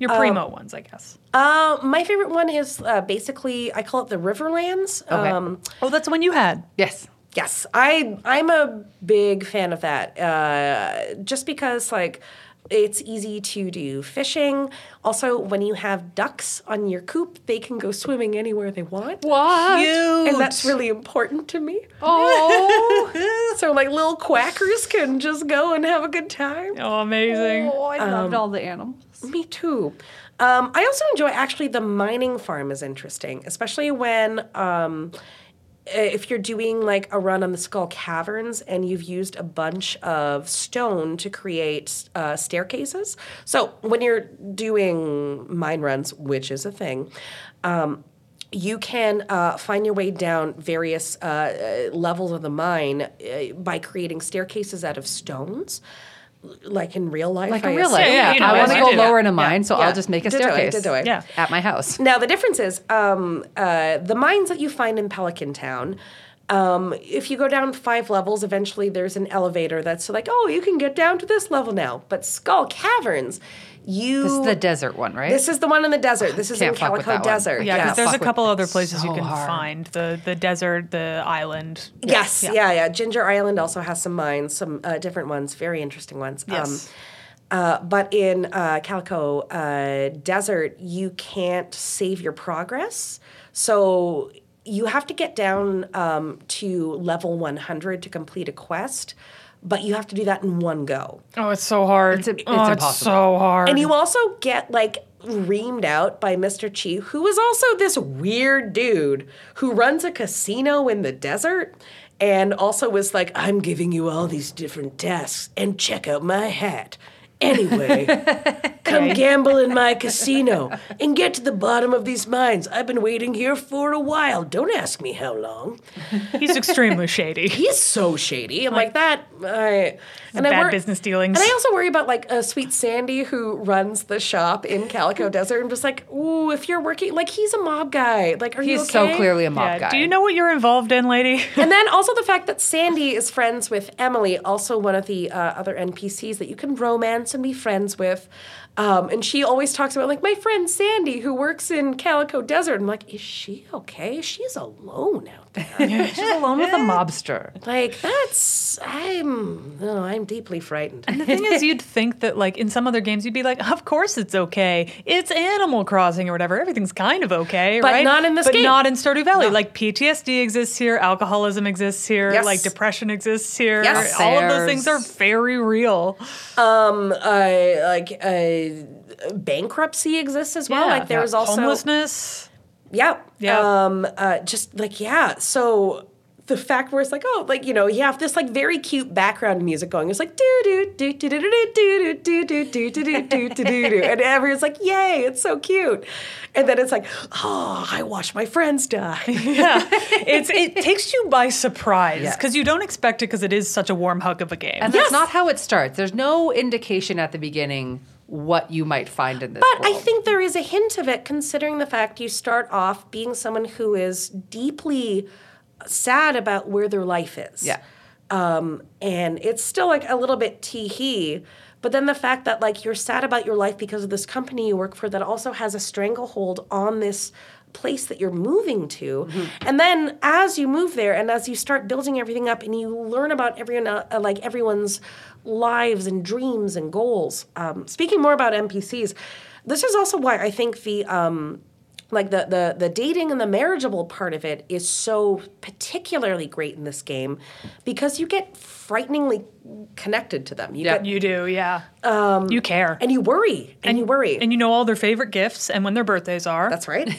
B: Your
C: Um,
B: primo ones, I guess.
C: Uh, my favorite one is uh, basically I call it the Riverlands.
A: Okay.
C: Um,
B: Oh, that's the one you had.
A: yes.
C: Yes, I I'm a big fan of that. Uh, just because like it's easy to do fishing. Also, when you have ducks on your coop, they can go swimming anywhere they want.
A: What?
C: And that's really important to me.
A: Oh,
C: So like little quackers can just go and have a good time.
B: Oh, amazing.
A: oh, I
C: Um,
A: loved all the animals.
C: Me too. Um, I also enjoy actually the mining farm is interesting, especially when um, if you're doing like a run on the Skull Caverns and you've used a bunch of stone to create uh, staircases. So when you're doing mine runs, which is a thing. Um, you can uh, find your way down various uh, uh, levels of the mine uh, by creating staircases out of stones, like in real life.
A: Like
C: I
A: in real life,
B: Yeah,
A: yeah.
B: you know,
A: I want
B: as
A: to
B: you
A: go
B: do.
A: lower in
B: Yeah,
A: a mine, so
C: yeah.
A: I'll just make a
C: Ditto it,
A: staircase
C: ditto it.
B: Yeah.
A: at my house.
C: Now the difference is um, uh, the mines that you find in Pelican Town. Um, if you go down five levels, eventually there's an elevator that's like, oh, you can get down to this level now. But Skull Caverns, you
A: This is the desert one, right?
C: This is the one in the desert. This is in
A: Can't fuck with
C: Calico
A: that one.
C: Desert.
B: Yeah, because
A: Yeah,
B: there's
A: fuck
B: a
A: with
B: couple
A: that
B: other places you
A: so
B: can
A: hard.
B: find the the desert, the island.
C: Yes, yeah. yeah, Ginger Island also has some mines, some uh, different ones, very interesting ones.
B: Yes.
C: Um, uh, but in uh, Calico uh, Desert, you can't save your progress. So you have to get down um, to level 100 to complete a quest, but you have to do that in one go.
B: Oh, it's so hard.
A: It's a- it's Oh, it's impossible.
B: so hard.
C: And you also get like reamed out by Mr. Chi, who is also this weird dude who runs a casino in the desert and also was like, I'm giving you all these different tasks and check out my hat. Anyway, come gamble in my casino and get to the bottom of these mines. I've been waiting here for a while. Don't ask me how long.
B: He's extremely shady.
C: He's so shady. I'm like, that. I, and
B: bad
C: wor-
B: business dealings.
C: And I also worry about like a sweet Sandy who runs the shop in Calico Desert. I'm just like, ooh, if you're working, like he's a mob guy. Like, are you
A: He's
C: okay?
A: so clearly a mob
B: Yeah,
A: guy.
B: Do you know what you're involved in, lady?
C: And then also the fact that Sandy is friends with Emily, also one of the uh, other NPCs that you can romance and be friends with. Um, and she always talks about like my friend Sandy who works in Calico Desert. I'm like, is she okay? She's alone out there.
A: She's alone with a mobster.
C: like that's I'm no, I'm deeply frightened.
B: The thing is, you'd think that, like, in some other games, you'd be like, of course it's okay. It's Animal Crossing or whatever. Everything's kind of okay,
C: But
B: right?
C: not in this
B: but
C: game.
B: not in Stardew Valley. Like, PTSD exists here, alcoholism exists here,
C: Yes.
B: like, depression exists here.
C: Yes.
B: All of those
A: There's-
B: things are very real.
C: uh, like uh, bankruptcy exists as well. Like there was also
B: homelessness.
C: Yeah,
B: Yeah.
C: Um, uh, just like yeah. So the fact where it's like oh like you know you have this like very cute background music going. It's like do do do do do do do do do do do do do do do do do, and everyone's like yay, it's so cute. And then it's like oh, I watched my friends die.
B: yeah, it's it takes you by surprise
A: Yeah.
B: because you don't expect it because it is such a warm hug of a game.
A: And
C: Yes.
A: that's not how it starts. There's no indication at the beginning what you might find in this.
C: But I
A: world.
C: think there is a hint of it considering the fact you start off being someone who is deeply sad about where their life is.
A: Yeah.
C: Um, and it's still like a little bit tee hee. But then the fact that like you're sad about your life because of this company you work for that also has a stranglehold on this place that you're moving to. And then as you move there and as you start building everything up and you learn about everyone el- uh, like everyone's lives and dreams and goals. Um, speaking more about NPCs, this is also why I think the um, like the, the the dating and the marriageable part of it is so particularly great in this game because you get frighteningly connected to them. You
A: Yeah.
C: get
B: you do, yeah. Um, you care,
C: and you worry and, you worry.
B: and you know all their favorite gifts and when their birthdays are.
C: That's right.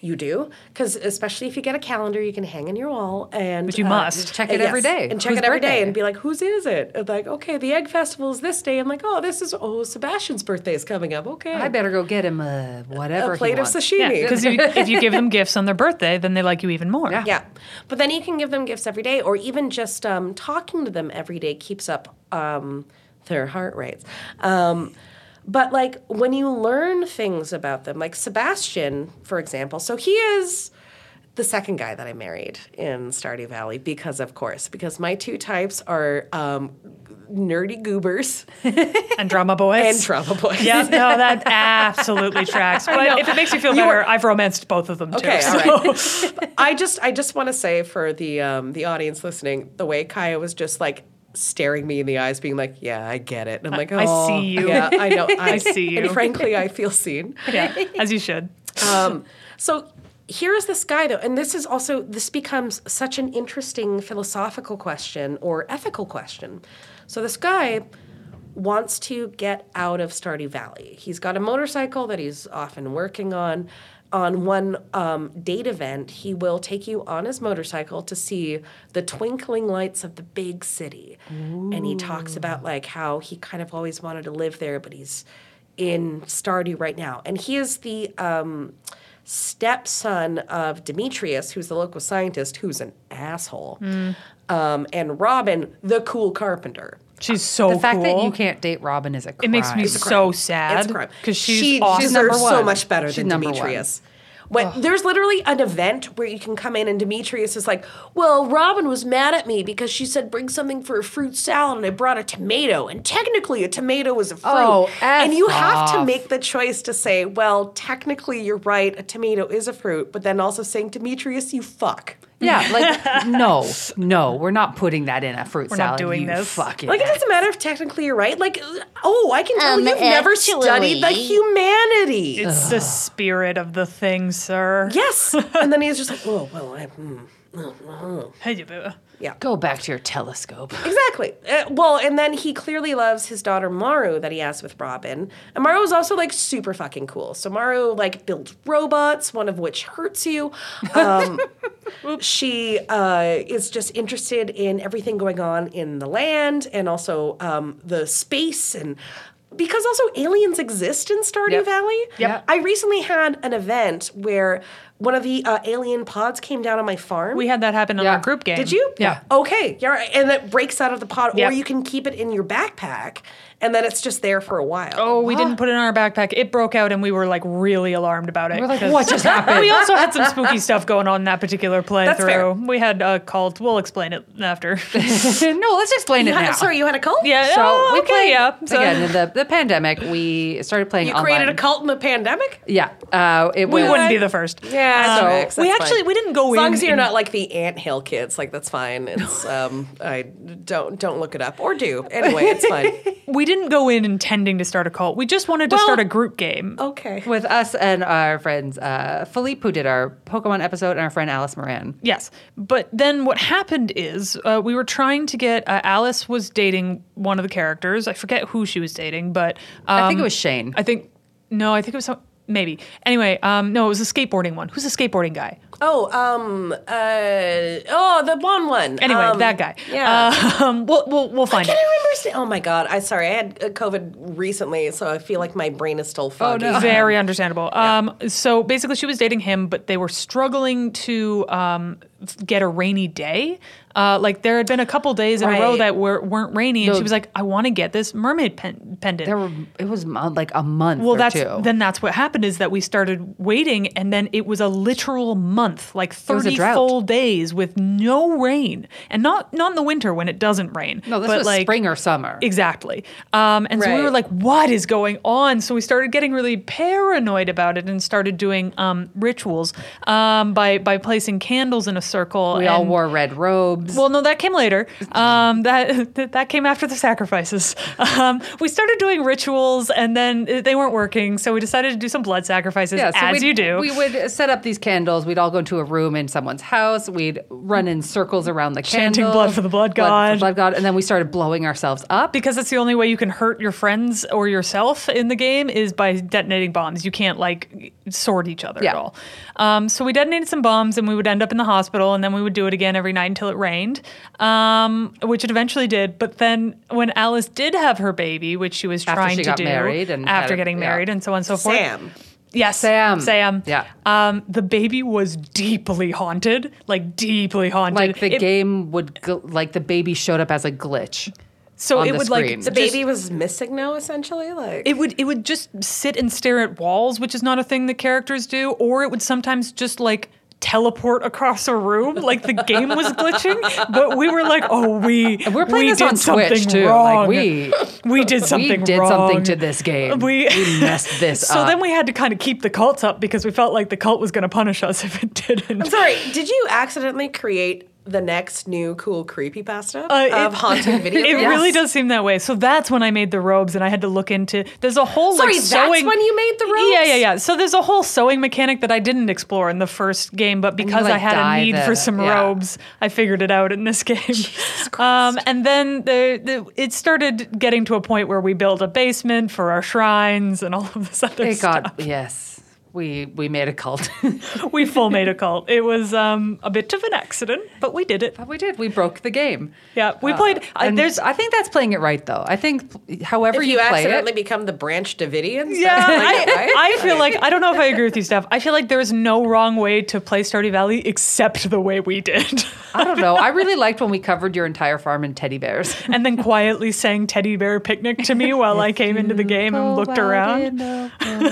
C: You do, because especially if you get a calendar, you can hang in your wall, and uh,
B: But you must.
A: Check it every day.
C: and check
A: Whose
C: it every day,
A: birthday?
C: and be like, whose is it? And like, okay, the egg festival is this day. I'm like, oh, this is oh, Sebastian's birthday is coming up. Okay,
A: I better go get him a whatever
C: a plate
A: he
C: of
A: wants.
B: yeah,
C: sashimi.
B: because if you give them gifts on their birthday, then they like you even more.
A: Yeah.
C: Yeah. But then you can give them gifts every day, or even just um, talking to them every day keeps up um, their heart rates. Um, but like when you learn things about them, like Sebastian, for example, so he is the second guy that I married in Stardew Valley because, of course, because my two types are um, nerdy goobers
B: and drama boys.
C: and trauma boys.
B: Yeah, no, that absolutely tracks. But if it makes you feel better, I've romanced both of them too.
C: Okay, all
B: so-
C: right. I just I just want to say for the um, the audience listening, the way Kaya was just like staring me in the eyes, being like, "Yeah, I get it." And I'm like, oh,
B: I see you.
C: Yeah, I know. I,
B: see you."
C: And frankly, I feel seen.
B: yeah, as you should.
C: Um, so here is this guy though, and this is also this becomes such an interesting philosophical question or ethical question. So this guy wants to get out of Stardew Valley. He's got a motorcycle that he's often working on. On one um, date event, he will take you on his motorcycle to see the twinkling lights of the big city. And he talks about like how he kind of always wanted to live there, but he's in Stardew right now. And he is the um, stepson of Demetrius, who's the local scientist, who's an asshole, um, and Robin, the cool carpenter.
B: She's so
A: the fact
B: cool.
A: that you can't date Robin is a crime.
B: it makes me
C: a
B: so
C: crime.
B: sad
C: It's a crime.
B: because she's
C: she
B: awesome.
A: number
C: deserves so
A: one.
C: much better
A: She's
C: than
A: number
C: Demetrius. When, there's literally an event where you can come in and Demetrius is like, "Well, Robin was mad at me because she said bring something for a fruit salad and I brought a tomato and technically a tomato is a fruit."
A: Oh, F
C: and you have to
A: off.
C: make the choice to say, "Well, technically you're right, a tomato is a fruit," but then also saying, "Demetrius, you fuck."
A: Yeah, like no, no, we're not putting that in a fruit
B: not
A: salad.
B: doing
A: you
B: this.
A: Fucking
C: Like it doesn't matter if technically you're right. Like, oh, I can tell
E: Um,
C: you've never studied the
E: actually-
C: humanities.
B: it's the spirit of the thing, sir.
C: Yes. and then he's just like, oh, well, I, mm, mm, mm."
B: Hey, boo.
A: go back to your telescope.
C: exactly. Uh, well, and then he clearly loves his daughter Maru that he has with Robin. And Maru is also like super fucking cool. So Maru like builds robots, one of which hurts you. Um, she uh, is just interested in everything going on in the land and also um, the space and. Because also aliens exist in Stardew
A: Yep.
C: Valley.
A: Yep.
C: I recently had an event where one of the uh, alien pods came down on my farm.
B: We had that happen on
A: Yeah.
B: our group game.
C: Did you?
B: Yeah.
C: Okay. Yeah. right. And it breaks out of the pod,
B: Yep.
C: or you can keep it in your backpack, and then it's just there for a while.
B: Oh, we didn't put it in our backpack. It broke out, and we were like really alarmed about it.
A: We're like,
B: 'cause-
A: what just happened?
B: we also had some spooky stuff going on in that particular playthrough.
C: fair.
B: We had a cult. We'll explain it after.
A: no, let's explain it
C: You had-
A: now.
C: sorry, you had a cult.
A: So
B: yeah. oh,
A: we
B: okay.
A: played
B: yeah. So-
A: again in the, the pandemic. We started playing.
C: You created
A: online.
C: a cult in the pandemic.
A: Yeah, uh, it
B: We
A: was,
B: wouldn't be the first.
C: Yeah.
B: Um,
C: that's
B: we
C: fine.
B: actually we didn't go
C: As long
B: in.
C: as you're
B: in-
C: not like the ant hill kids, like that's fine. It's um, I don't don't look it up or do anyway. It's fine.
B: we didn't go in intending to start a cult. We just wanted to
C: Well-
B: start a group game.
C: Okay.
A: with us and our friends uh, Philippe, who did our Pokemon episode, and our friend Alice Moran.
B: Yes, but then what happened is uh, we were trying to get uh, Alice was dating one of the characters. I forget who she was dating, but um,
A: I think it was Shane.
B: I think no, I think it was some, maybe. Anyway, um, no, it was a skateboarding one. Who's a skateboarding guy?
C: Oh, um, uh, oh, the blonde one.
B: Anyway,
C: Um,
B: that guy.
C: Yeah.
B: um, we'll, we'll we'll find
C: Can
B: it.
C: I remember? St- oh my god! I sorry. I had uh, COVID recently, so I feel like my brain is still foggy.
B: Oh, Very understandable. Um, so basically, she was dating him, but they were struggling to um, f- get a rainy day. Uh, like there had been a couple days in a row
C: Right.
B: that were weren't rainy, and
A: No.
B: she was like, "I want to get this mermaid pen- pendant."
A: there were it was mon- like a month.
B: well,
A: or
B: that's
A: two.
B: then that's what happened is that we started waiting, and then it was a literal month, like
A: was a
B: thirty
A: drought.
B: full days with no rain, and not not in the winter when it doesn't rain.
A: no, this
B: but
A: was
B: like,
A: spring or summer.
B: Exactly. Um, and so we were
C: Right.
B: like, what is going on? So we started getting really paranoid about it and started doing um, rituals um, by, by placing candles in a circle.
A: we all
B: and-
A: wore red robes.
B: Well, no, that came later. Um, that that came after the sacrifices. Um, we started doing rituals, and then uh, they weren't working, so we decided to do some blood sacrifices,
A: Yeah, so
B: as
A: we'd-
B: you do.
A: We would set up these candles. We'd all go into a room in someone's house. We'd run in circles around the
B: Chanting
A: candles,
B: blood for the
A: blood
B: blood
A: for
B: god.
A: the blood god, and then we started blowing ourselves up.
B: because that's the only way you can hurt your friends or yourself in the game is by detonating bombs. You can't like sword each other at
A: Yeah.
B: all. Um, so we detonated some bombs, and we would end up in the hospital, and then we would do it again every night until it rained, um, which it eventually did. But then when Alice did have her baby, which she was
A: After
B: trying
A: she
B: to
A: got
B: do
A: married and had
B: after
A: a-
B: getting
A: yeah.
B: married and so on and so forth.
C: Sam.
B: Yes.
A: Sam.
B: Sam.
A: Yeah.
B: Um, the baby was deeply haunted, like deeply haunted.
A: like the
B: It-
A: game would, gl- like the baby showed up as a glitch.
B: So
A: on
B: it
A: the
B: would
A: screen.
B: like
A: The
C: The baby was missing now, essentially. Like
B: It would it would just sit and stare at walls, which is not a thing that characters do, or it would sometimes just like teleport across a room. Like the game was glitching, but we were like, oh, we
A: We're playing
B: we
A: this
B: did
A: on
B: something
A: Twitch too.
B: Wrong.
A: Like we
B: we did something.
A: we did
B: wrong.
A: something to this game.
B: We-
A: messed this
B: So
A: up.
B: then we had to kind of keep the cults up because we felt like the cult was going to punish us if it didn't.
C: Sorry, did you accidentally create the next new cool creepypasta
B: Uh,
C: of
B: it-
C: haunted video
B: It
C: games?
B: really does seem that way. So that's when I made the robes, and I had to look into. There's a whole
C: Sorry,
B: like
C: that's
B: sewing.
C: when you made the robes?
B: Yeah, yeah, yeah. So there's a whole sewing mechanic that I didn't explore in the first game,
C: Oh,
B: but because
A: like,
B: I had
A: dye
B: a need
A: the-
B: for some
A: yeah.
B: robes, I figured it out in this game. um, and then the, the it started getting to a point where we built a basement for our shrines and all of this other
A: it
B: stuff.
A: got yes. We we made a cult.
B: we full made a cult. It was um, a bit of an accident, but we did it.
A: we did. We broke the game.
B: Yeah, we played. I,
A: And
B: there's
A: uh, I think that's playing it right though. I think however
C: If you,
A: play it,
C: accidentally become the Branch Davidians,
B: Yeah,
C: that's
B: I,
C: like, right?
B: I feel like I don't know if I agree with you, Steph. I feel like there is no wrong way to play Stardew Valley except the way we did,
A: I don't know. I really liked when we covered your entire farm in teddy bears.
B: and then quietly sang "Teddy Bear Picnic" to me while I came into the game and looked around.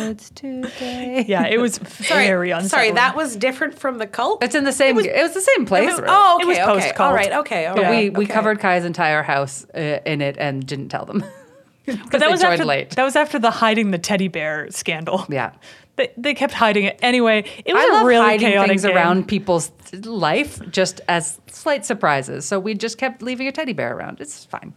B: Yeah, it was very unsettling.
C: Sorry, that was different from the cult.
A: It's in the same. It was, the same place. right?
C: oh, okay,
B: It was
C: okay.
B: post-cult.
C: All right, okay, all
A: But
C: right.
A: we, we
C: okay.
A: covered Kai's entire house uh, in it and didn't tell them.
B: but
A: Because
B: that
A: they
B: was
A: joined
B: after
A: late.
B: that was after the hiding the teddy bear scandal.
A: Yeah.
B: they, they kept hiding it anyway. It was
A: I
B: a
A: love
B: really
A: hiding
B: chaotic
A: things
B: game.
A: around people's life just as slight surprises. So we just kept leaving a teddy bear around. It's fine.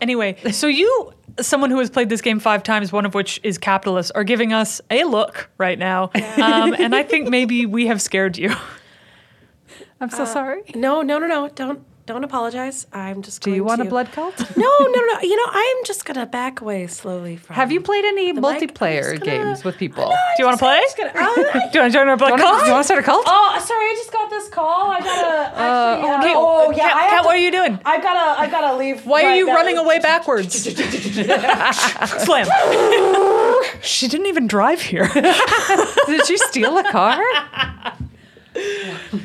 B: Anyway, so you, someone who has played this game five times, one of which is capitalist, are giving us a look right now, um, and I think maybe we have scared you.
A: I'm so sorry.
C: No, no, no, no. Don't don't apologize. I'm just.
A: Do you want a blood cult?
C: No, no, no. You know, I'm just gonna back away slowly from.
A: Have you played any
C: mic? I'm just
A: multiplayer
C: gonna-
A: games with people?
B: Do you want to play?
C: Oh,
B: Do you want to join our black
A: Do you want to start a cult?
C: oh, sorry. I just got this call. I gotta. Actually,
B: okay.
C: uh, oh, yeah.
B: Kat-
C: I have
B: Kat,
C: to-
B: what are you doing?
C: I gotta. I gotta leave.
B: Why are
C: right
B: you
C: now.
B: running away backwards? Slam. she didn't even drive here.
A: Oh, Did you steal a car?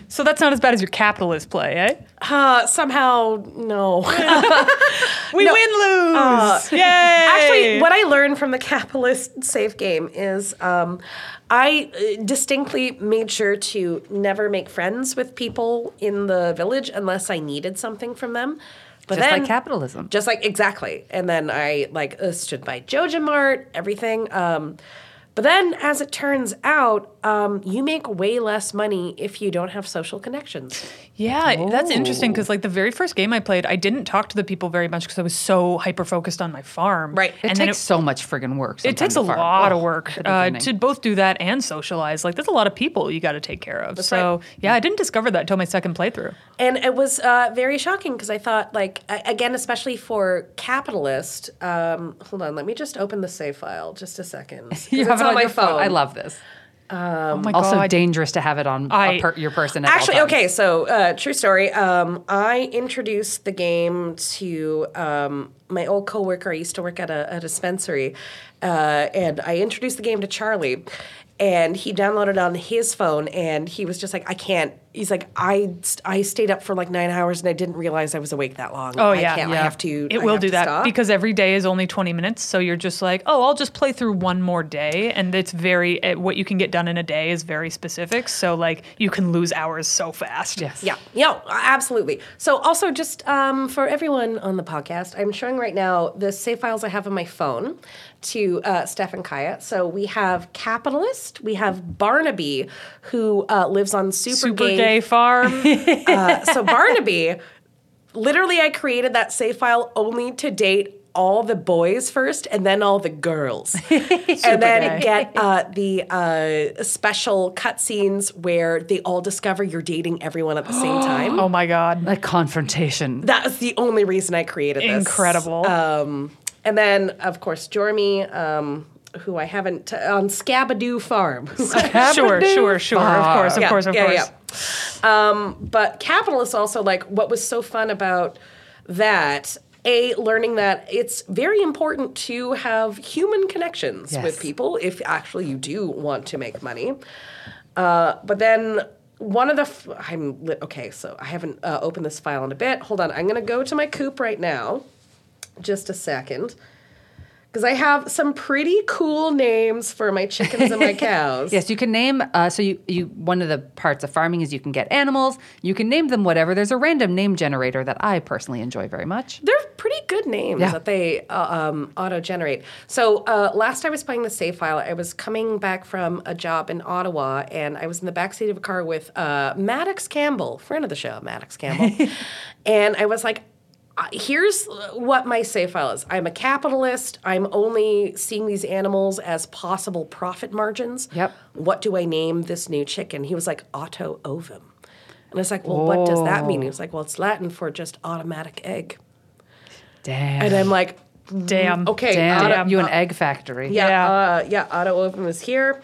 B: So that's not as bad as your capitalist play, eh?
C: Uh, somehow, no.
B: We win lose. Yay!
C: Actually, what I learned from the capitalist safe game is um, I uh, distinctly made sure to never make friends with people in the village unless I needed something from them. But
A: Just
C: then,
A: like capitalism.
C: Just like exactly. And then I like uh, stood by Joja Mart, everything. Um, but then, as it turns out, um, you make way less money if you don't have social connections.
B: Yeah, that's interesting
A: Oh.
B: because like the very first game I played, I didn't talk to the people very much because I was so hyper focused on my farm.
C: Right.
A: It
B: and then
A: takes so much friggin' work.
B: it, it takes a lot of work uh, to both do that and socialize. Like that's a lot of people you got to take care of. so yeah, I didn't discover that till my second playthrough.
C: And it was uh, very shocking because I thought, like, a- again, especially for capitalist. Um, hold on, let me just open the save file just a second. 'Cause
A: You
C: it's
A: have it
C: on
A: on
C: my
A: your phone.
C: phone.
A: I love this.
C: Um,
B: oh my
A: Also
B: god.
A: dangerous to have it on a
B: I-
A: per- your person. At all
C: Actually,
A: times.
C: okay, so uh, true story. Um, I introduced the game to um, my old coworker. I used to work at a, a dispensary, uh, and I introduced the game to Charlie. And he downloaded it on his phone, and he was just like, "I can't." He's like, "I st- I stayed up for like nine hours, and I didn't realize I was awake that long.
B: Oh
C: I
B: yeah,
C: can't, I
B: yeah.
C: have to.
B: It
C: I
B: will
C: have
B: do
C: to
B: that
C: stop."
B: because every day is only twenty minutes, so you're just like, oh, I'll just play through one more day, and it's very eh, what you can get done in a day is very specific. So like you can lose hours so fast.
A: Yes.
C: Yeah, yeah, absolutely. So, also, just um, for everyone on the podcast, I'm showing right now the save files I have on my phone to uh, Steph and Kaya. So, we have Capitalist, we have Barnaby, who uh, lives on Super,
B: Super gay farm.
C: Uh, so, Barnaby, literally, I created that save file only to date all the boys first and then all the girls. and
B: gay.
C: then get uh, the uh, special cutscenes where they all discover you're dating everyone at the same time.
B: oh my god.
C: Mm-hmm.
A: Like confrontation.
C: That was the only reason I created this.
B: Incredible.
C: Um, and then, of course, Jormy, um, who I haven't on Scabadoo Farm.
B: sure, sure, sure. Of course, of
C: Yeah,
B: course, of
C: yeah,
B: course.
C: yeah. Um, but capitalists also like what was so fun about that. A learning that it's very important to have human connections
A: Yes.
C: with people if actually you do want to make money. Uh, but then one of the f- I'm li- okay, so I haven't uh, opened this file in a bit. Hold on, I'm gonna go to my coop right now, just a second, because I have some pretty cool names for my chickens and my cows.
A: Yes, you can name. Uh, so you, you one of the parts of farming is you can get animals. You can name them whatever. There's a random name generator that I personally enjoy very much.
C: They're pretty good names
A: Yeah.
C: that they uh, um, auto generate. So uh, last I was playing the save file, I was coming back from a job in Ottawa, and I was in the backseat of a car with uh, Maddox Campbell, friend of the show, Maddox Campbell, and I was like. "Uh, Here's what my save file is. I'm a capitalist. I'm only seeing these animals as possible profit margins.
A: Yep.
C: What do I name this new chicken? He was like, Otto ovum. And I was like, well, what does that
A: Oh.
C: mean? He was like, well, it's Latin for just automatic egg.
A: Damn.
C: And I'm like,
B: Damn.
C: okay,
A: Damn.
C: Otto,
A: you an egg factory.
C: yeah,
B: Yeah.
C: Uh, yeah, Otto Ovum is here.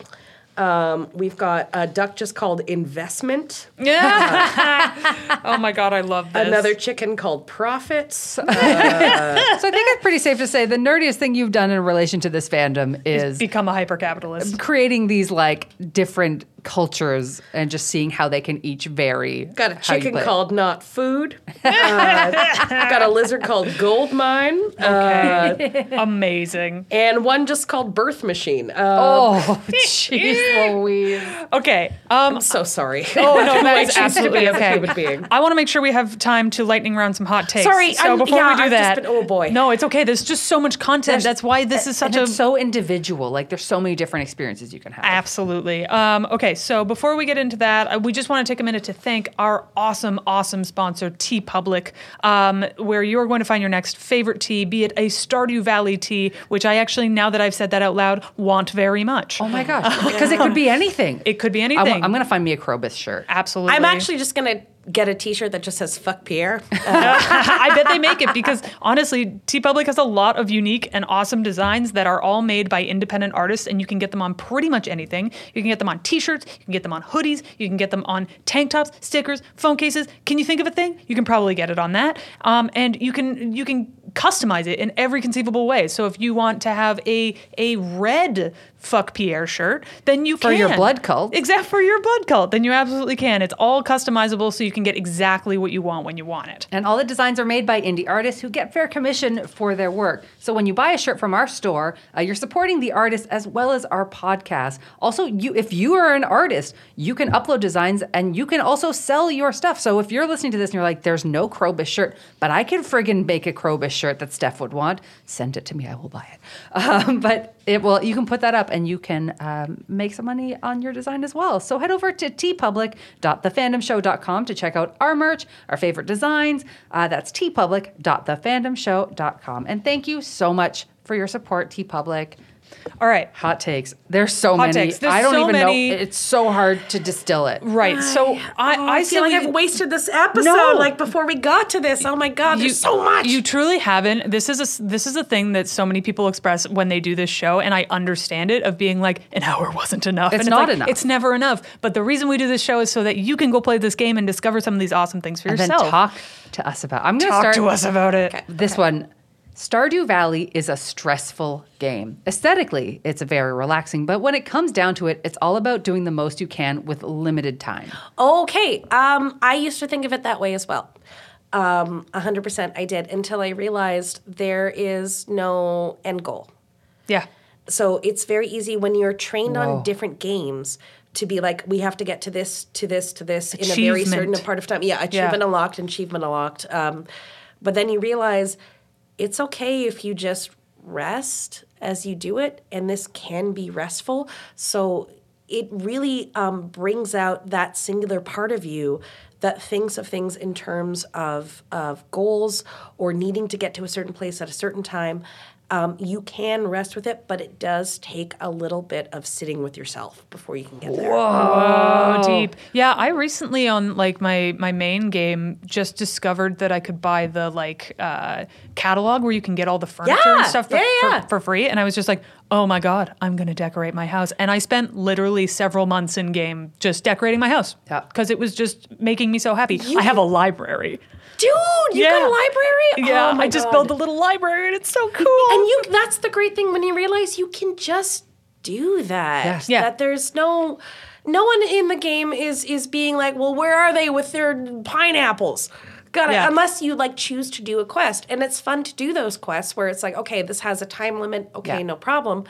C: Um, we've got a duck just called Investment,
B: Yeah. oh my god, I love this.
C: another chicken called Profits.
A: So I think it's pretty safe to say the nerdiest thing you've done in relation to this fandom is
B: become a hyper capitalist.
A: creating these like different cultures and just seeing how they can each vary.
C: got a
A: how you
C: chicken
A: play.
C: called Not Food. Uh, got a lizard called Gold Mine. Uh,
B: Amazing.
C: and one just called Birth Machine. Uh,
A: Oh, jeez Louise.
B: Okay. Um
C: I'm so sorry.
B: Oh no, that is
C: choose to be
B: absolutely
C: as a
B: okay.
C: human being.
B: I want to make sure we have time to lightning round some hot takes.
C: Sorry,
B: so
C: I'm-
B: before
C: yeah,
B: we do
C: I've just
B: that,
C: been- oh, boy.
B: no, it's okay. There's just so much content.
A: There's-
B: That's why this is such
A: and
B: a
A: it's so individual. Like there's so many different experiences you can have.
B: Absolutely. Um, okay, so before we get into that, uh, we just want to take a minute to thank our awesome, awesome sponsor, Tea Public, um, where you're going to find your next favorite tea, be it a Stardew Valley tea, which I actually, now that I've said that out loud, want very much.
A: Oh my gosh! Because it could be anything.
B: It could be
A: I
B: anything.
A: am gonna find me a Krobus shirt.
B: Absolutely.
C: I'm actually just going to get a t shirt that just says fuck Pierre. Uh,
B: I bet they make it because honestly, T Public has a lot of unique and awesome designs that are all made by independent artists, and you can get them on pretty much anything. You can get them on T-shirts, you can get them on hoodies, you can get them on tank tops, stickers, phone cases. Can you think of a thing? You can probably get it on that, um, and you can you can customize it in every conceivable way. So if you want to have a a red fuck Pierre shirt, then you
A: For
B: can
A: your blood cult.
B: Except for your blood cult, then you absolutely can. It's all customizable, so you can get exactly what you want when you want it.
A: And all the designs are made by indie artists who get fair commission for their work. So when you buy a shirt from our store, uh, you're supporting the artist as well as our podcast. Also, you if you are an artist, you can upload designs and you can also sell your stuff. So if you're listening to this and you're like, "There's no Krobus shirt, but I can friggin' make a Krobus shirt that Steph would want," send it to me. I will buy it. Um, but it will. You can put that up and you can um, make some money on your design as well. So head over to tpublic.thefandomshow.com to check out our merch, our favorite designs. Uh, that's tpublic.thefandomshow.com. And thank you so much for your support, tpublic.
B: All right.
A: Hot takes. There's so
B: Hot
A: many.
B: takes. There's
A: I don't
B: so
A: even
B: many.
A: know. It's so hard to distill it.
B: Right. So
A: oh,
B: I, I,
C: I feel
B: still
C: like I've
B: even-
C: wasted this episode,
B: No.
C: like before we got to this. Oh my God,
B: you,
C: there's so much.
B: You truly haven't. This is a s- this is a thing that so many people express when they do this show, and I understand it of being like an hour wasn't enough.
A: It's
B: and
A: not
B: like,
A: enough.
B: It's never enough. But the reason we do this show is so that you can go play this game and discover some of these awesome things for
A: And then
B: yourself.
A: talk to us about. I'm going to
B: Talk
A: start
B: to us about it.
A: This one, Stardew Valley is a stressful game. Aesthetically, it's very relaxing, but when it comes down to it, it's all about doing the most you can with limited time.
C: Okay. Um, I used to think of it that way as well. Um, 100% I did until I realized there is no end goal.
B: Yeah.
C: So it's very easy when you're trained on different games to be like, we have to get to this, to this, to this in a very certain
B: Achievement.
C: part of time. Yeah, achievement unlocked, achievement unlocked. Um, but then you realize it's okay if you just rest as you do it, and this can be restful. So it really um, brings out that singular part of you that thinks of things in terms of, of goals or needing to get to a certain place at a certain time. Um, you can rest with it, but it does take a little bit of sitting with yourself before you can get there.
B: Oh, deep. Yeah, I recently on like my my main game just discovered that I could buy the like uh, catalog where you can get all the furniture
C: Yeah,
B: and stuff for,
C: yeah, yeah.
B: For, for free, and I was just like, oh my god, I'm gonna decorate my house, and I spent literally several months in game just decorating my house
A: Yeah.
B: because it was just making me so happy. I have a library.
C: Dude, you got a library?
B: Yeah,
C: Oh my
B: I just
C: God.
B: built a little library, and it's so cool.
C: And you that's the great thing when you realize you can just do that.
A: Yes.
B: Yeah.
C: That there's no no one in the game is is being like, "Well, where are they with their pineapples?" Got it.
B: Yeah.
C: Unless you like choose to do a quest, and it's fun to do those quests where it's like, okay, this has a time limit. Okay,
A: Yeah.
C: no problem.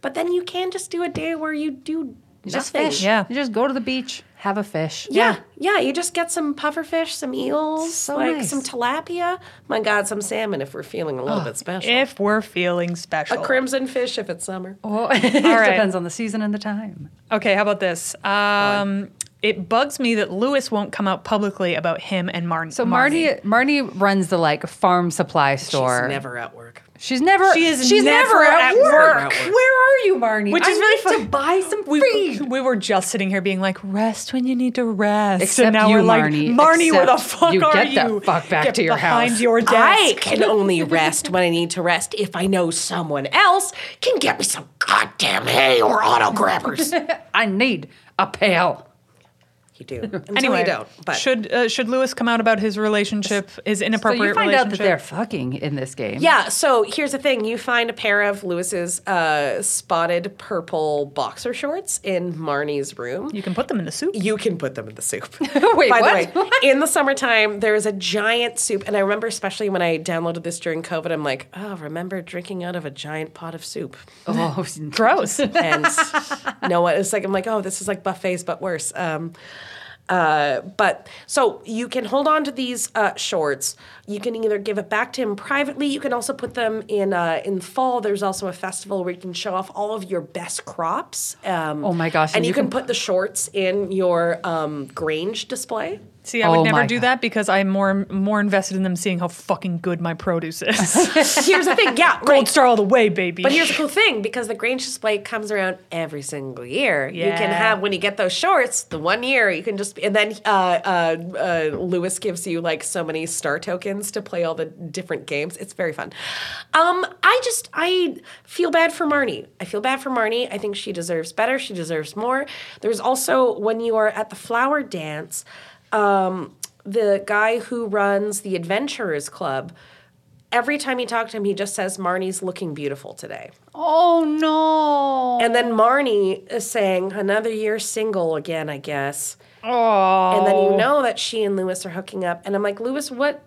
C: But then you can just do a day where you do
A: Just
C: nothing.
A: fish.
B: Yeah.
A: You just go to the beach, have a fish.
C: Yeah, yeah, You just get some pufferfish, some eels,
A: So
C: like
A: nice.
C: some tilapia. My God, some salmon if we're feeling a little bit special.
B: If we're feeling
C: a
B: special.
C: crimson fish if it's summer.
A: Well, it
B: right.
A: depends on the season and the time.
B: Okay, how about this? Um, it bugs me that Lewis won't come out publicly about him and Marnie.
A: So Marnie, Marnie runs the like farm supply store.
C: She's never at work.
A: She's never.
B: She is
A: she's
B: never
A: never at,
B: at
A: work.
C: work.
A: Where are you, Marnie?
B: Which
A: I
B: is really
A: need
B: funny.
A: to buy some
B: we,
A: food.
B: we were just sitting here being like, rest when you need to rest.
A: Except
B: and now
A: you,
B: we're like,
A: Marnie.
B: Marnie, where the
A: Except
B: fuck
A: you
B: are
A: get the
B: you?
A: fuck back
B: Get
A: to your
B: behind
A: house."
B: your desk.
C: I can only rest when I need to rest if I know someone else can get me some goddamn hay or auto grabbers.
A: I need a pail.
C: you do. Until
B: Anyway,
C: you don't. But
B: should uh, should Lewis come out about his relationship, his
A: So
B: inappropriate
A: you find out that
B: relationship?
A: they're fucking in this game.
C: yeah, so here's the thing: you find a pair of Lewis's uh, spotted purple boxer shorts in Marnie's room.
B: you can put them in the soup.
C: You can put them in the soup.
A: Wait,
C: By
A: what?
C: the way, in the summertime, there is a giant soup, and I remember especially when I downloaded this during COVID. I'm like, oh, remember drinking out of a giant pot of soup?
A: Oh,
B: Gross.
C: and no one it's like i'm like oh this is like buffets but worse um uh, but so you can hold on to these uh, shorts. You can either give it back to him privately. You can also put them in uh, in fall. There's also a festival where you can show off all of your best crops. Um,
A: Oh my gosh,
C: And, you, can, put the shorts in your um, Grange display.
B: See, I
A: Oh
B: would never
A: my
B: do
A: God.
B: that because I'm more more invested in them seeing how fucking good my produce is.
C: Here's the thing, yeah,
B: Gold
C: right.
B: star all the way, baby.
C: But here's the cool thing because the Grange display comes around every single year. You can
B: Yeah.
C: have when you get those shorts, the one year you can just and then uh, uh, uh, Lewis gives you like so many star tokens to play all the different games. It's very fun. Um, I just I feel bad for Marnie. I feel bad for Marnie. I think she deserves better. She deserves more. There's also when you are at the flower dance, um, the guy who runs the Adventurers Club. Every time you talk to him, he just says, Marnie's looking beautiful today.
A: Oh no.
C: And then Marnie is saying, another year single again, I guess.
B: oh,
C: And then you know that she and Lewis are hooking up. And I'm like, Lewis, what?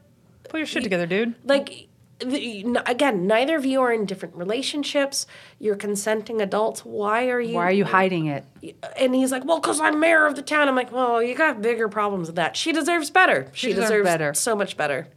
B: put your shit together, dude.
C: Like, the, n- again, neither of you are in different relationships. You're consenting adults. Why are you?
A: Why are you hiding it?
C: And he's like, well, because I'm mayor of the town. I'm like, well, you got bigger problems than that. She deserves better. She,
A: deserves
C: deserves
A: better.
C: so much better.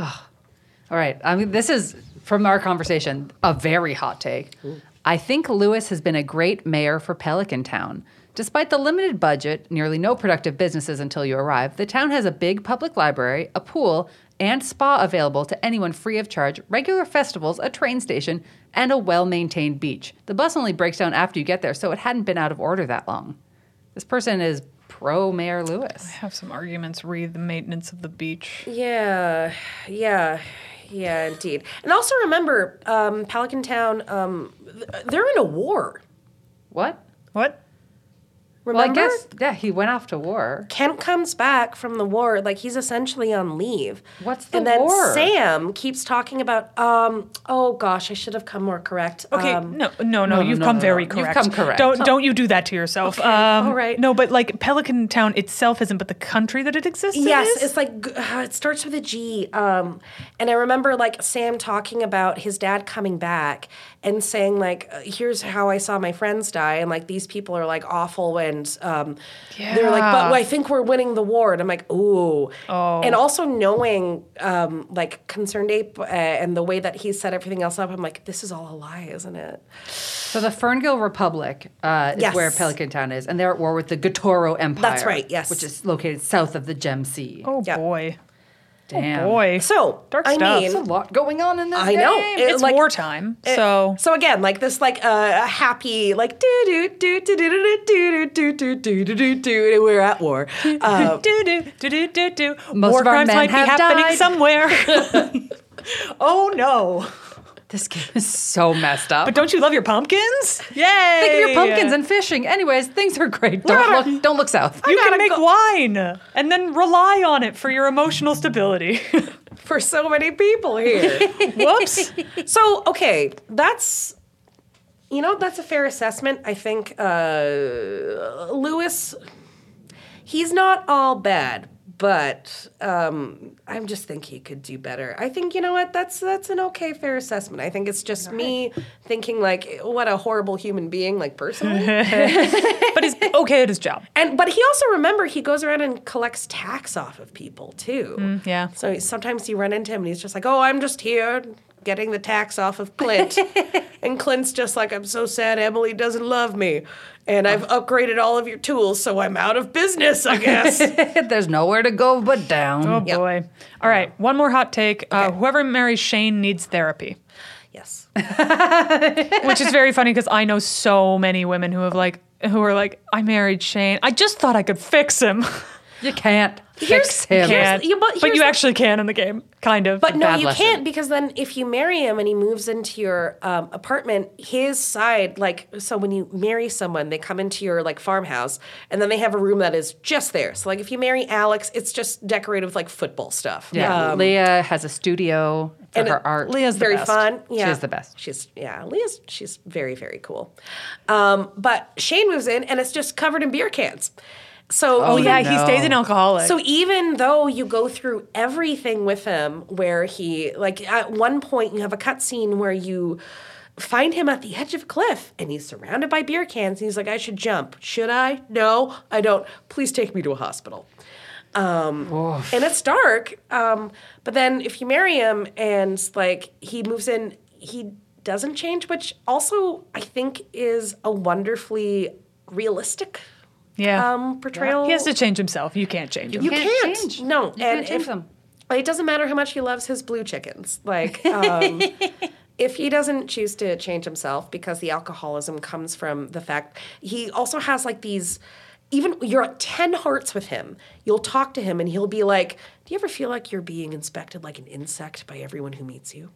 A: All right. I mean, this is from our conversation a very hot take. I think Lewis has been a great mayor for Pelican Town. Despite the limited budget, nearly no productive businesses until you arrive, the town has a big public library, a pool, and spa available to anyone free of charge, regular festivals, a train station, and a well maintained beach. The bus only breaks down after you get there, so it hadn't been out of order that long. This person is pro Mayor Lewis.
B: Have some arguments re the maintenance of the beach.
C: Yeah, yeah, yeah, indeed. And also remember, um, Pelican Town, um, th- they're in a war.
A: What?
B: What?
A: Well, I
C: Remember?
A: guess, yeah, he went off to war.
C: Kemp comes back from the war, like he's essentially on leave.
A: What's the
C: And then
A: war?
C: Sam keeps talking about, um, oh gosh, I should have come more correct.
B: Okay,
C: Um,
B: no, no, no,
A: no,
B: You've
A: no,
B: come
A: no,
B: very
A: no. You've
B: correct.
A: come correct.
B: Don't don't you do that to yourself. um,
C: all right.
B: No, but like Pelican Town itself isn't, but the country that it exists. in
C: Yes,
B: is?
C: it's like g- uh, it starts with a G. Um, and I remember like Sam talking about his dad coming back and saying like, uh, "Here's how I saw my friends die," and like these people are like awful, and um, they're like,
B: Yeah.
C: "But I think we're winning the war," and I'm like, "Ooh."
B: Oh.
C: And also knowing um, like Concerned Ape uh, and the way that he set everything else up, I'm like, "This is all a lie, isn't it?"
A: So the Ferngill Republic uh, is
C: Yes.
A: where Pelican Town is, and they're at war with the Gotoro Empire.
C: right, yes.
A: Which is located south of the Gem Sea.
B: oh
C: yeah.
B: boy,
A: Damn.
B: boy.
C: So
B: Dark
C: I
B: stuff.
C: mean,
A: There's a lot going on in this
C: I know.
A: game.
C: It-
B: it's
C: like-
B: wartime,
C: It-
B: so
C: Eh, so again, like this, like a uh, happy, like do do do do do do do do do do do do do do. We're at war. Uh,
B: do do do do do do.
A: Most
B: War
A: of our
B: crimes
A: men
B: might be
A: have
B: happening
A: died.
B: somewhere. oh no!
A: this game is so messed up.
B: But don't you love your pumpkins? Yay!
A: Think of your pumpkins and fishing. Anyways, things are great.
B: at
A: Don't
B: our-
A: look, don't look south.
B: you can make wine and then rely on it for your emotional stability.
C: for so many people here.
B: Whoops.
C: so okay, that's you know that's a fair assessment. I think uh, Lewis, he's not all bad, but um, I'm just think he could do better. I think you know what that's that's an okay fair assessment. I think it's just me thinking like what a horrible human being like personally.
B: but he's okay at his job.
C: and but he also remember he goes around and collects tax off of people too.
B: yeah.
C: So he- sometimes you run into him and he's just like, "Oh, I'm just here." Getting the tax off of Clint, and Clint's just like, "I'm so sad Emily doesn't love me, and I've upgraded all of your tools, so I'm out of business, I guess."
A: There's nowhere to go but down.
B: Oh boy. All right, one more hot take. Uh, whoever marries Shane needs therapy,
C: yes.
B: which is very funny because I know so many women who have like who are like, I married Shane. I just thought I could fix him.
A: You can't fix
C: Here's-
A: him.
C: here's-
B: Can't.
C: yeah, but
B: but
C: here's
B: you
C: the-
B: actually can in the game, kind of.
C: But no,
A: bad
C: you
A: lesson.
C: can't because then if you marry him and he moves into your um, apartment, his side, like, so when you marry someone, they come into your like farmhouse and then they have a room that is just there. So, like, if you marry Alex, it's just decorated with like football stuff.
A: Yeah.
C: Um,
A: Leah has a studio for
C: and
A: her
C: it-
A: art.
B: Leah's the
C: very
B: best.
C: fun. Yeah,
A: is the best.
C: She's yeah, Leah's she's very very cool. Um, but Shane moves in and it's just covered in beer cans. So
A: Oh,
B: yeah,
A: no.
B: he stays an alcoholic.
C: so even though you go through everything with him, where he like at one point you have a cutscene where you find him at the edge of a cliff and he's surrounded by beer cans and he's like, "I should jump. Should I? No, I don't. Please take me to a hospital." Um, and it's dark. Um, but then if you marry him and like he moves in, he doesn't change, which also I think is a wonderfully realistic
B: yeah.
C: um, portrayal.
B: he has to change himself. You can't change him.
C: You
A: can't
C: can't.
A: change.
C: No,
A: You
C: and
A: can't change
C: if-
A: them.
C: It doesn't matter how much he loves his blue chickens. Like, um, if he doesn't choose to change himself because the alcoholism comes from the fact he also has like these. Even you're at ten hearts with him. You'll talk to him, and he'll be like, "Do you ever feel like you're being inspected like an insect by everyone who meets you?"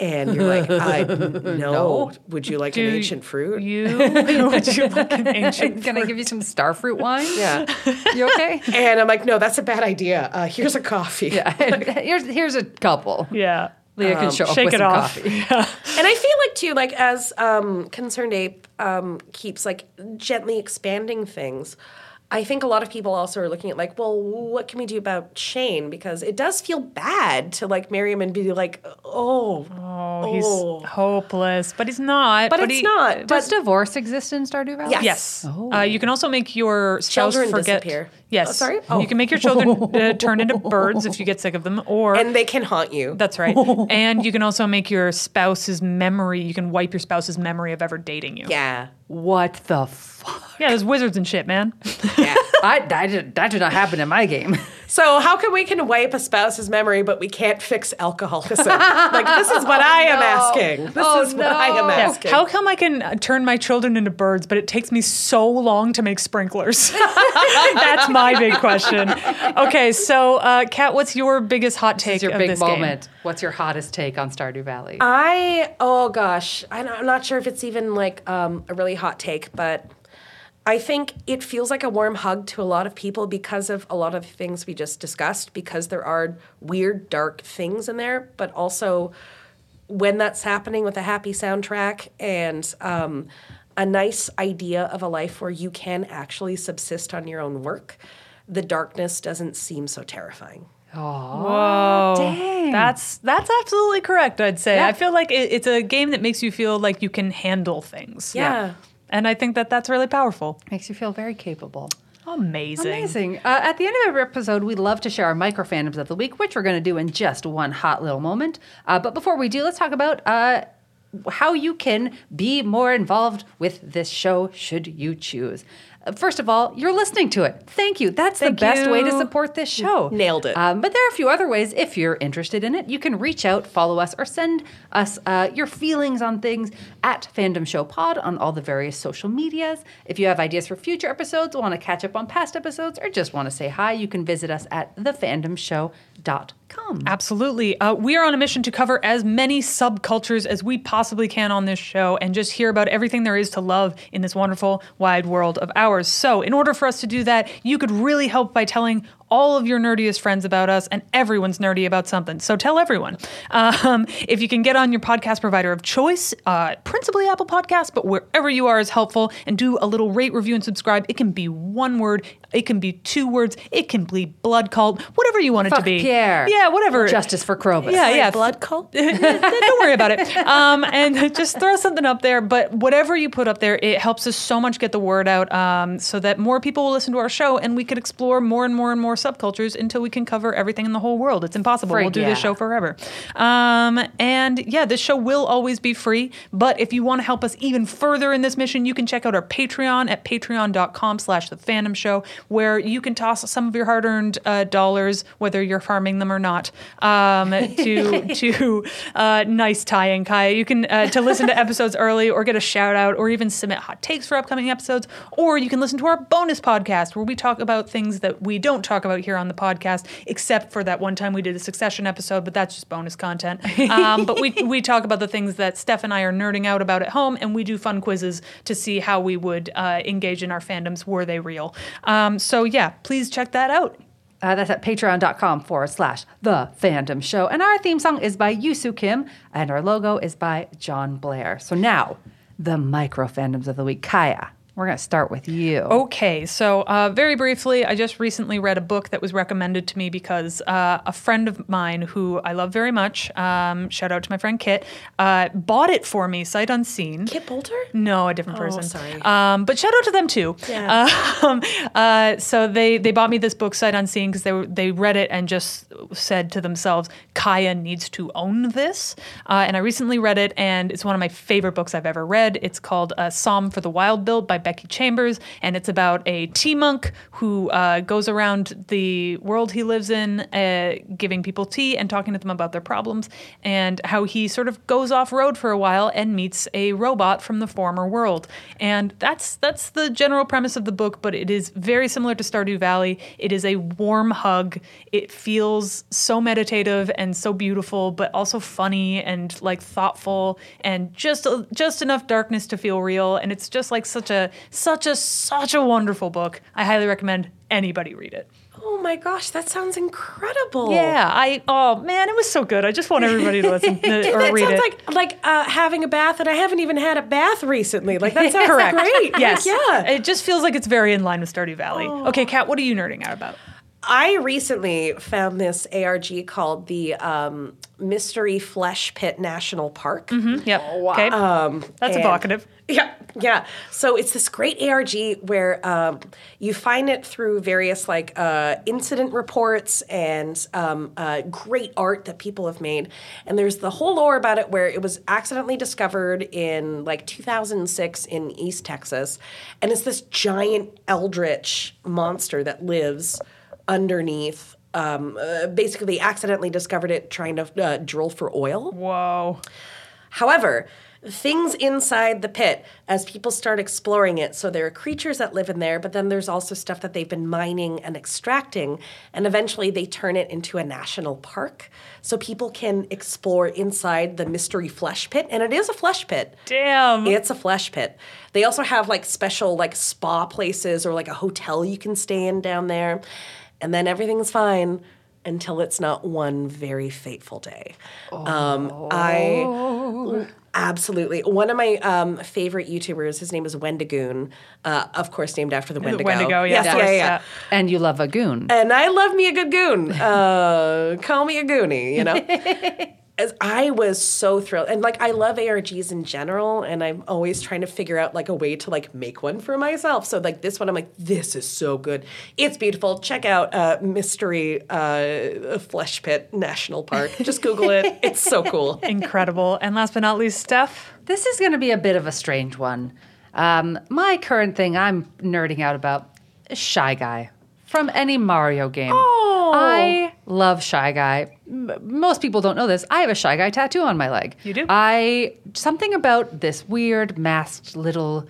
C: And you're like, "I n- no. Would you like an ancient fruit?"
B: You would you like an ancient
A: Can I give you some starfruit wine?
C: yeah.
A: You okay?
C: And I'm like, "No, that's a bad idea. Uh, here's a coffee."
A: here's here's a couple.
B: Yeah. Um,
A: Leah can show up
B: shake
A: with
B: it
A: some
B: off.
A: coffee.
C: And I feel like too, like as um, Concerned Ape um, keeps like gently expanding things, I think a lot of people also are looking at like, well, what can we do about Shane? Because it does feel bad to like marry him and be like, oh,
B: Oh, he's
C: Oh.
B: hopeless, but he's not.
C: but, it's
B: he-
C: not.
A: Does
C: But
A: divorce exist in Stardew Valley?
C: Yes.
B: Yes.
A: Oh.
B: Uh, you can also make your spouse
C: Children
B: forget.
C: disappear.
B: Yes.
C: Oh, sorry?
B: You can make your children uh, turn into birds if you get sick of them, or
C: and they can haunt you.
B: that's right. and you can also make your spouse's memory. You can wipe your spouse's memory of ever dating you.
C: yeah,
A: What the fuck?
B: Yeah. There's wizards and shit, man.
C: yeah.
A: I, that, did, that did not happen in my game.
C: so how come we can wipe a spouse's memory, but we can't fix alcoholism? like this is what I am asking. This
A: Oh,
C: is what I am
A: no. Yeah.
C: asking.
B: How come I can uh, turn my children into birds, but it takes me so long to make sprinklers? That's my big question. Okay, so uh, Kat, what's your biggest hot take
A: It's your
B: of
A: big
B: this game?
A: moment. What's your hottest take on Stardew Valley?
C: I oh gosh, I don't- I'm not sure if it's even like um, a really hot take, but I think it feels like a warm hug to a lot of people because of a lot of things we just discussed. Because there are weird, dark things in there, but also when that's happening with a happy soundtrack and um, a nice idea of a life where you can actually subsist on your own work, the darkness doesn't seem so terrifying.
B: Whoa, that's that's absolutely correct. I'd say I feel like it, it's a game that makes you feel like you can handle things.
C: Yeah.
B: and I think that that's really powerful.
A: Makes you feel very capable.
B: Amazing.
A: Amazing. Uh, at the end of every episode, we love to share our micro fandoms of the week, which we're going to do in just one hot little moment. Uh, but before we do, let's talk about uh, how you can be more involved with this show should you choose. Uh, First of all, you're listening to it. Thank you. That's
B: Thank
A: the best way to
B: you.
A: support this show.
C: Nailed it.
A: Um, but there are a few other ways if you're interested in it. You can reach out, follow us, or send us uh, your feelings on things at Fandom Show Pod on all the various social medias. If you have ideas for future episodes, want to catch up on past episodes, or just want to say hi, you can visit us at thefandomshow.com.
B: Absolutely. Uh, we are on a mission to cover as many subcultures as we possibly can on this show and just hear about everything there is to love in this wonderful wide world of ours. So, in order for us to do that, you could really help by telling all of your nerdiest friends about us, and everyone's nerdy about something. So tell everyone. Um, if you can get on your podcast provider of choice, uh, principally Apple Podcasts, but wherever you are is helpful, and do a little rate, review, and subscribe. It can be one word, it can be two words, it can be blood cult, whatever you want it to
A: Fuck
B: be.
A: Pierre.
B: Yeah, whatever.
A: Justice for Krobus.
B: Yeah, yeah.
C: blood cult.
B: Don't worry about it. Um, and just throw something up there. But whatever you put up there, it helps us so much get the word out um, so that more people will listen to our show and we could explore more and more and more subcultures until we can cover everything in the whole world. It's impossible.
A: Freak,
B: we'll do
A: yeah.
B: this show forever. Um, and yeah, this show will always be free. But if you want to help us even further in this mission, you can check out our Patreon at patreon.com slash the Phantom Show, where you can toss some of your hard-earned uh, dollars, whether you're farming them or not, um, to to uh, nice tie and Kaya. You can uh, to listen to episodes early or get a shout out or even submit hot takes for upcoming episodes, or you can listen to our bonus podcast where we talk about things that we don't talk about here on the podcast, except for that one time we did a succession episode, but that's just bonus content. Um, but we, we talk about the things that Steph and I are nerding out about at home, and we do fun quizzes to see how we would uh, engage in our fandoms were they real. Um, so, yeah, please check that out.
A: Uh, that's at patreon.com forward slash the fandom show. And our theme song is by Yusu Kim, and our logo is by John Blair. So now, the micro fandoms of the week. Kaya, we're going to start with you.
B: Okay, so uh, very briefly, I just recently read a book that was recommended to me because uh, a friend of mine who I love very much, um, shout out to my friend Kit, uh, bought it for me sight unseen.
C: Kit Bolter?
B: No, a different
C: Oh,
B: person.
C: sorry.
B: Um, but shout out to them too.
C: Yeah.
B: Um, uh, so they they bought me this book sight unseen because they were, they read it and just said to themselves, Kaya needs to own this. Uh, and I recently read it, and it's one of my favorite books I've ever read. It's called A Psalm for the Wild Build by Becky Chambers, and it's about a tea monk who uh, goes around the world he lives in, uh, giving people tea and talking to them about their problems, and how he sort of goes off road for a while and meets a robot from the former world. And that's that's the general premise of the book, but it is very similar to Stardew Valley. It is a warm hug. It feels so meditative and so beautiful, but also funny and like thoughtful and just just enough darkness to feel real. And it's just like such a such a such a wonderful book. I highly recommend anybody read it.
C: Oh my gosh, that sounds incredible.
B: Yeah, I oh man, it was so good. I just want everybody to listen or
C: That
B: read it.
C: sounds like like uh, having a bath, and I haven't even had a bath recently. Like that sounds
B: Correct.
C: great.
B: Yes.
C: Like, yeah.
B: It just feels like it's very in line with Stardew Valley. Okay, Kat, what are you nerding out about?
C: I recently found this ARG called the um, Mystery Flesh Pit National Park.
B: Hmm?
F: Oh,
B: Yep. Okay. That's
C: and-
B: evocative.
C: Yeah, yeah. So it's this great ARG where um, you find it through various like uh, incident reports and um, uh, great art that people have made. And there's the whole lore about it where it was accidentally discovered in like 2006 in East Texas, and it's this giant eldritch monster that lives underneath. Um, uh, basically, accidentally discovered it trying to uh, drill for oil.
B: Whoa.
C: However, things inside the pit as people start exploring it. So there are creatures that live in there, but then there's also stuff that they've been mining and extracting. And eventually they turn it into a national park. So people can explore inside the mystery flesh pit. And it is a flesh pit.
B: Damn.
C: It's a flesh pit. They also have like special like spa places or like a hotel you can stay in down there. And then everything's fine until it's not one very fateful day. Um,
B: Oh.
C: I absolutely one of my um, favorite YouTubers. His name is Wendigoon, uh, of course named after the Wendigo.
B: Wendigo, yeah,
C: Yes,
B: of
C: yeah,
B: course,
C: yeah.
B: yeah.
A: And you love a goon.
C: And I love me a good goon. Uh, call me a goonie, you know? As I was so thrilled. And like, I love ARGs in general, and I'm always trying to figure out like a way to like make one for myself. So, like, this one, I'm like, this is so good. It's beautiful. Check out uh, Mystery uh, Flesh Pit National Park. Just Google it. It's so cool.
B: Incredible. And last but not least, Steph.
A: This is going to be a bit of a strange one. Um, my current thing I'm nerding out about is Shy Guy from any Mario game. Oh. I love Shy Guy. M- most people don't know this. I have a Shy Guy tattoo on my leg.
B: You do?
A: I something about this weird masked little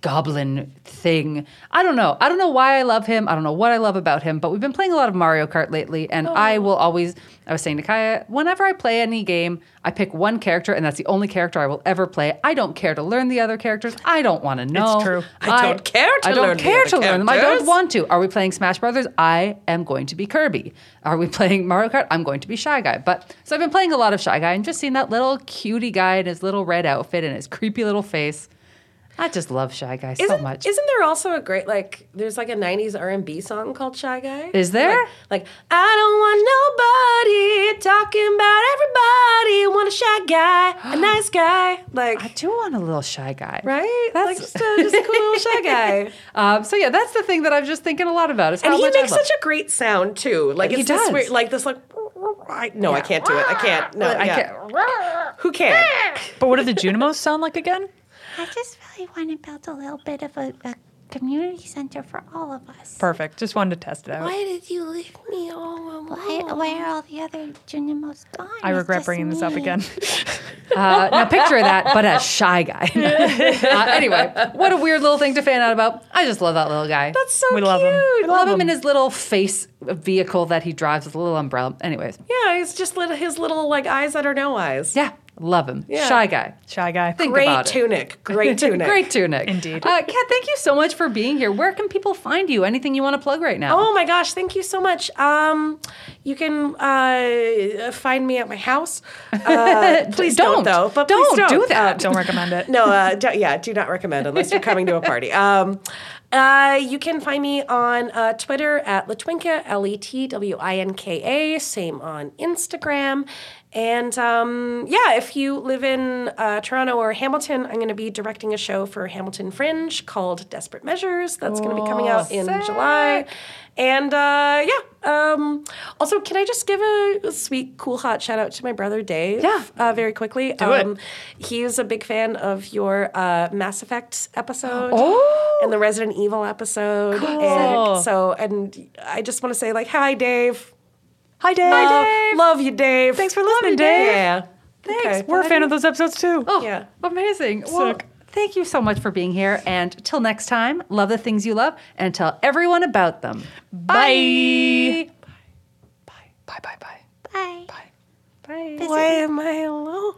A: goblin thing. I don't know. I don't know why I love him. I don't know what I love about him, but we've been playing a lot of Mario Kart lately,
D: Oh.
A: and I will always, I was saying to Kaya, whenever I play any game, I pick one character, and that's the only character I will ever play. I don't care to learn the other characters. I don't want to know.
B: true.
A: I,
D: don't care to
A: I don't
D: learn the
A: care
D: other
A: to learn them. I don't
D: characters.
A: want want to. Are we playing Smash Brothers? I am going to be Kirby. Are we playing Mario Kart? I'm going to be Shy Guy. But so I've been playing a lot of Shy Guy and just seeing that little cutie guy in his little red outfit and his creepy little face. I just love Shy Guy so
C: Isn't-
A: much.
C: Isn't there also a great like? There's like a '90s R&B song called "Shy Guy."
A: Is there?
C: Like, like, I don't want nobody talking about everybody. Want a shy guy, a nice guy, like
A: I do want a little Shy Guy.
C: right?
A: That's-
C: like just a, just a cool little shy guy.
A: Um, so yeah, that's the thing that I'm just thinking a lot about. Is
C: And
A: how
C: he
A: much
C: makes
A: I love.
C: such a great sound too. Like
A: He
C: it's this
A: does.
C: weird, like this like. I, no, I can't do it. I can't. No,
A: I
C: yeah.
A: can't-
C: Who can?
B: But what do the Junimos sound like again?
E: I just really want to build a little bit of a, a community center for all of us.
B: Perfect. Just wanted to test it out.
D: Why did you leave me all alone?
E: Why, why are all the other Junimos gone?
B: I
E: It's
B: regret
E: just
B: bringing this up
E: me.
B: again.
A: Uh, now picture that, but a shy guy. uh, anyway, what a weird little thing to fan out about. I just love that little guy.
C: That's so
B: We
C: cute. Oh,
B: love him.
A: I love him in his little face vehicle that he drives with a little umbrella. Anyways,
C: Yeah, he's just little, his little like eyes that are no eyes.
A: Yeah, love him.
C: Yeah.
A: Shy guy.
B: Shy guy.
A: Think
C: Great
A: about it.
C: tunic. Great tunic.
A: Great tunic.
B: Indeed.
A: Uh, Kat, thank you so much for being here. Where can people find you? Anything you want to plug right now?
C: Oh my gosh, thank you so much. Um, you can uh, find me at my house. Uh, please
A: don't.
C: don't, though. But
A: Don't
C: please don't
A: do that.
C: Uh,
B: Don't recommend it.
C: no, uh, do yeah, do not recommend unless you're coming to a party. Um, uh, you can find me on uh, Twitter at Latwinka, L E T W I N K A, same on Instagram. And um, yeah, if you live in uh, Toronto or Hamilton, I'm going to be directing a show for Hamilton Fringe called Desperate Measures. That's going to be coming out in July. And uh, yeah, um, also, can I just give a, a sweet, cool, hot shout out to my brother Dave?
A: Yeah.
C: uh, very quickly.
B: Do it.
C: um, he is a big fan of your uh, Mass Effect episode
A: Oh.
C: and the Resident Evil episode.
B: Cool.
C: And so, and I just want to say, like, hi, Dave.
B: Hi, Dave.
C: Love- Love you, Dave. Thanks
B: for listening, Dave.
C: Yeah.
A: Thanks.
C: Okay.
B: We're a fan of those episodes too.
A: Oh,
C: yeah.
A: amazing. Well,
B: Sick.
A: thank you so much for being here. And till next time, love the things you love and tell everyone about them. Bye.
B: Bye, bye, bye.
E: Bye.
A: Bye.
C: Why am I alone?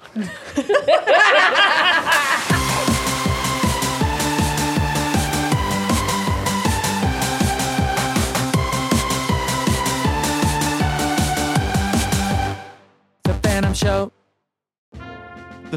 F: The Phantom Show.
G: The